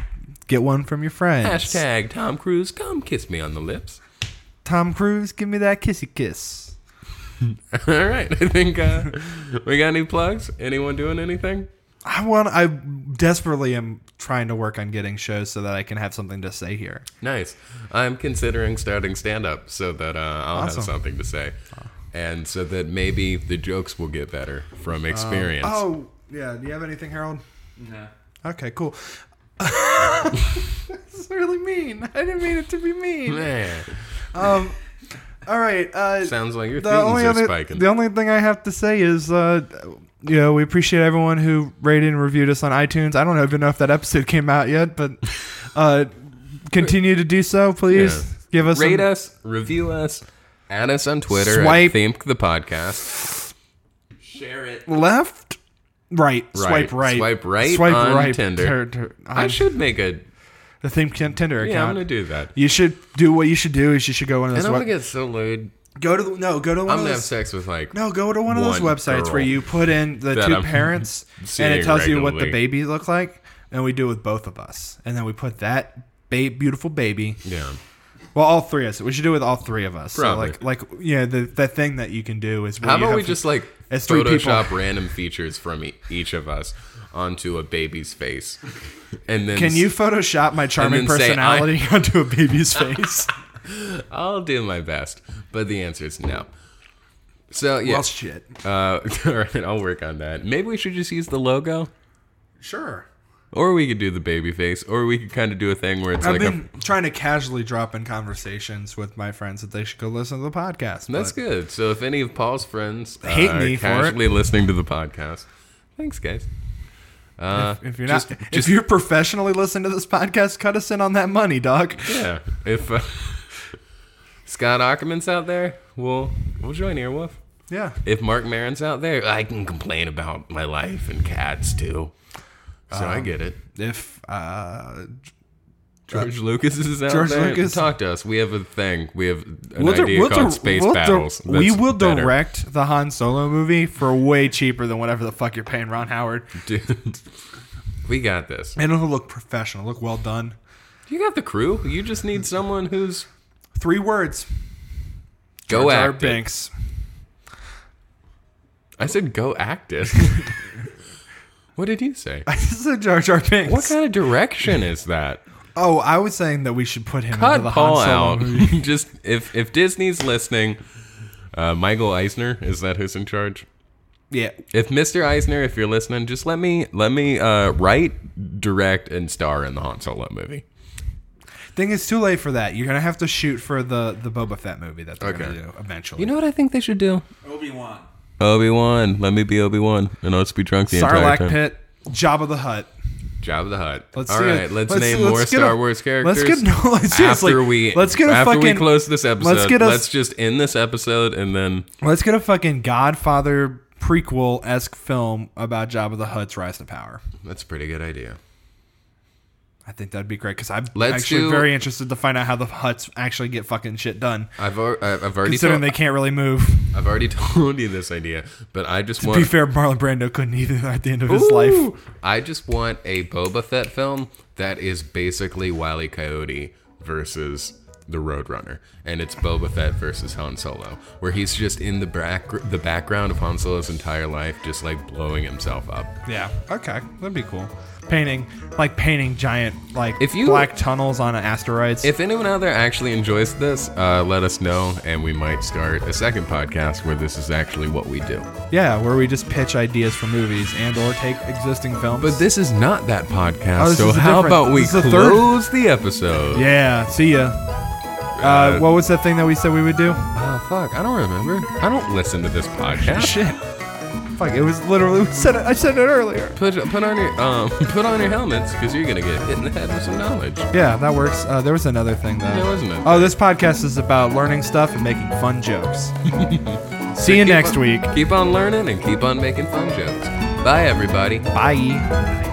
Get one from your friends. Hashtag Tom Cruise, come kiss me on the lips. Tom Cruise, give me that kissy kiss. All right, I think uh, we got any plugs. Anyone doing anything? I want. I desperately am trying to work on getting shows so that I can have something to say here. Nice. I'm considering starting stand up so that uh, I'll Awesome. have something to say, and so that maybe the jokes will get better from experience. Uh, Oh yeah. Do you have anything, Harold? No. Okay. Cool. It's really mean. I didn't mean it to be mean. Man, Um. All right. Uh, sounds like your the feelings only are other, spiking. the only thing I have to say is, uh, you know, we appreciate everyone who rated and reviewed us on iTunes. I don't even know if that episode came out yet, but uh, continue to do so, please. Yeah. Give us Rate some- us, review us, add us on Twitter. Swipe. At Think the podcast. Share it. left, right, swipe right, Swipe right on Tinder. Tur- tur- on I should make a the theme Tin- Tinder account. yeah. I'm gonna do that. you should do what you should do is you should go on And this I'm web- gonna get so lewd. go to the, no go to one of I'm gonna have those sex with like no go to one of those one websites where girl you put in the that 2 I'm parents and it seeing tells you what the regularly. babies look like and we do it with both of us and then we put that ba- beautiful baby yeah. well all three of us we should do it with all three of us so Probably. like like yeah the the thing that you can do is where you How about have we to- just like It's three people. Photoshop random features from e- each of us onto a baby's face, and then can you s- Photoshop my charming then say, "I-" personality onto a baby's face? I'll do my best, but the answer is no. So yeah, Well, shit. uh, all right, I'll work on that. Maybe we should just use the logo, Sure. or we could do the baby face, or we could kind of do a thing where it's I've like a been trying to casually drop in conversations with my friends that they should go listen to the podcast. That's but good. So if any of Paul's friends uh, Hate are me for it. casually listening to the podcast, thanks guys. Uh, If you're just- not, if just- you're professionally listening to this podcast, cut us in on that money, dog. yeah, if uh, Scott Ackerman's out there, we'll we'll join Earwolf. Yeah. If Mark Marin's out there, I can complain about my life and cats too. So Um, I get it. If uh, George Lucas is out George there. Lucas- Talk to us. We have a thing. We have an we'll di- idea we'll called di- Space we'll di- Battles. we That's will better. direct the Han Solo movie for way cheaper than whatever the fuck you're paying Ron Howard, Dude, we got this. and it'll look professional, look well done. You got the crew. You just need someone who's Three words. go Jar Jar act it. Binks. I said go act it. what did you say? this is a Jar Jar Binks. What kind of direction is that? oh, I was saying that we should put him into Cut the Paul Han Solo out. movie. just if if Disney's listening, uh, Michael Eisner is that who's in charge? Yeah. If Mr. Eisner, if you're listening, just let me let me uh, write, direct, and star in the Han Solo movie. Thing it's too late for that. You're gonna have to shoot for the the Boba Fett movie that they're gonna Okay. do eventually. You know what I think they should do? Obi Wan. Obi Wan, let me be Obi Wan, and let's be drunk the entire Sarlacc time. Pit, Jabba the Hutt. Job of the Hut. Let's All see right, it. let's, Let's- name let's more get Star a- Wars let's characters. get- no, let's- seriously, after we let's get a after we fucking- close this episode. Let's, get us- just end this episode and then Let's get a fucking Godfather prequel esque film about Jabba the Hutt's rise to power. that's a pretty good idea. I think that'd be great because I'm Let's actually do- very interested to find out how the Huts actually get fucking shit done, I've al- I've I've already considering told, they can't really move. I've already told you this idea, but I just To be want fair, Marlon Brando couldn't either at the end of his life. Ooh! I just want a Boba Fett film that is basically Wile E. Coyote versus the Roadrunner, and it's Boba Fett versus Han Solo, where he's just in the back the background of Han Solo's entire life, just like blowing himself up. Yeah. Okay, that'd be cool. Painting like painting giant like If you- black tunnels on asteroids. If anyone out there actually enjoys this, uh, let us know, and we might start a second podcast where this is actually what we do. Yeah, where we just pitch ideas for movies and or take existing films. But this is not that podcast, Oh, this so is a how different- about we this is a third- close the episode? yeah, see ya. Uh, what was that thing that we said we would do? Oh, fuck, I don't remember. I don't listen to this podcast. Oh, Shit. Fuck! It was literally we said it. I said it earlier. Put, put on your um, put on your helmets because you're gonna get hit in the head with some knowledge. Yeah, that works. Uh, there was another thing though. There wasn't a Oh, this podcast is about learning stuff and making fun jokes. see you Keep next on- week. Keep on learning and keep on making fun jokes. Bye, everybody. Bye.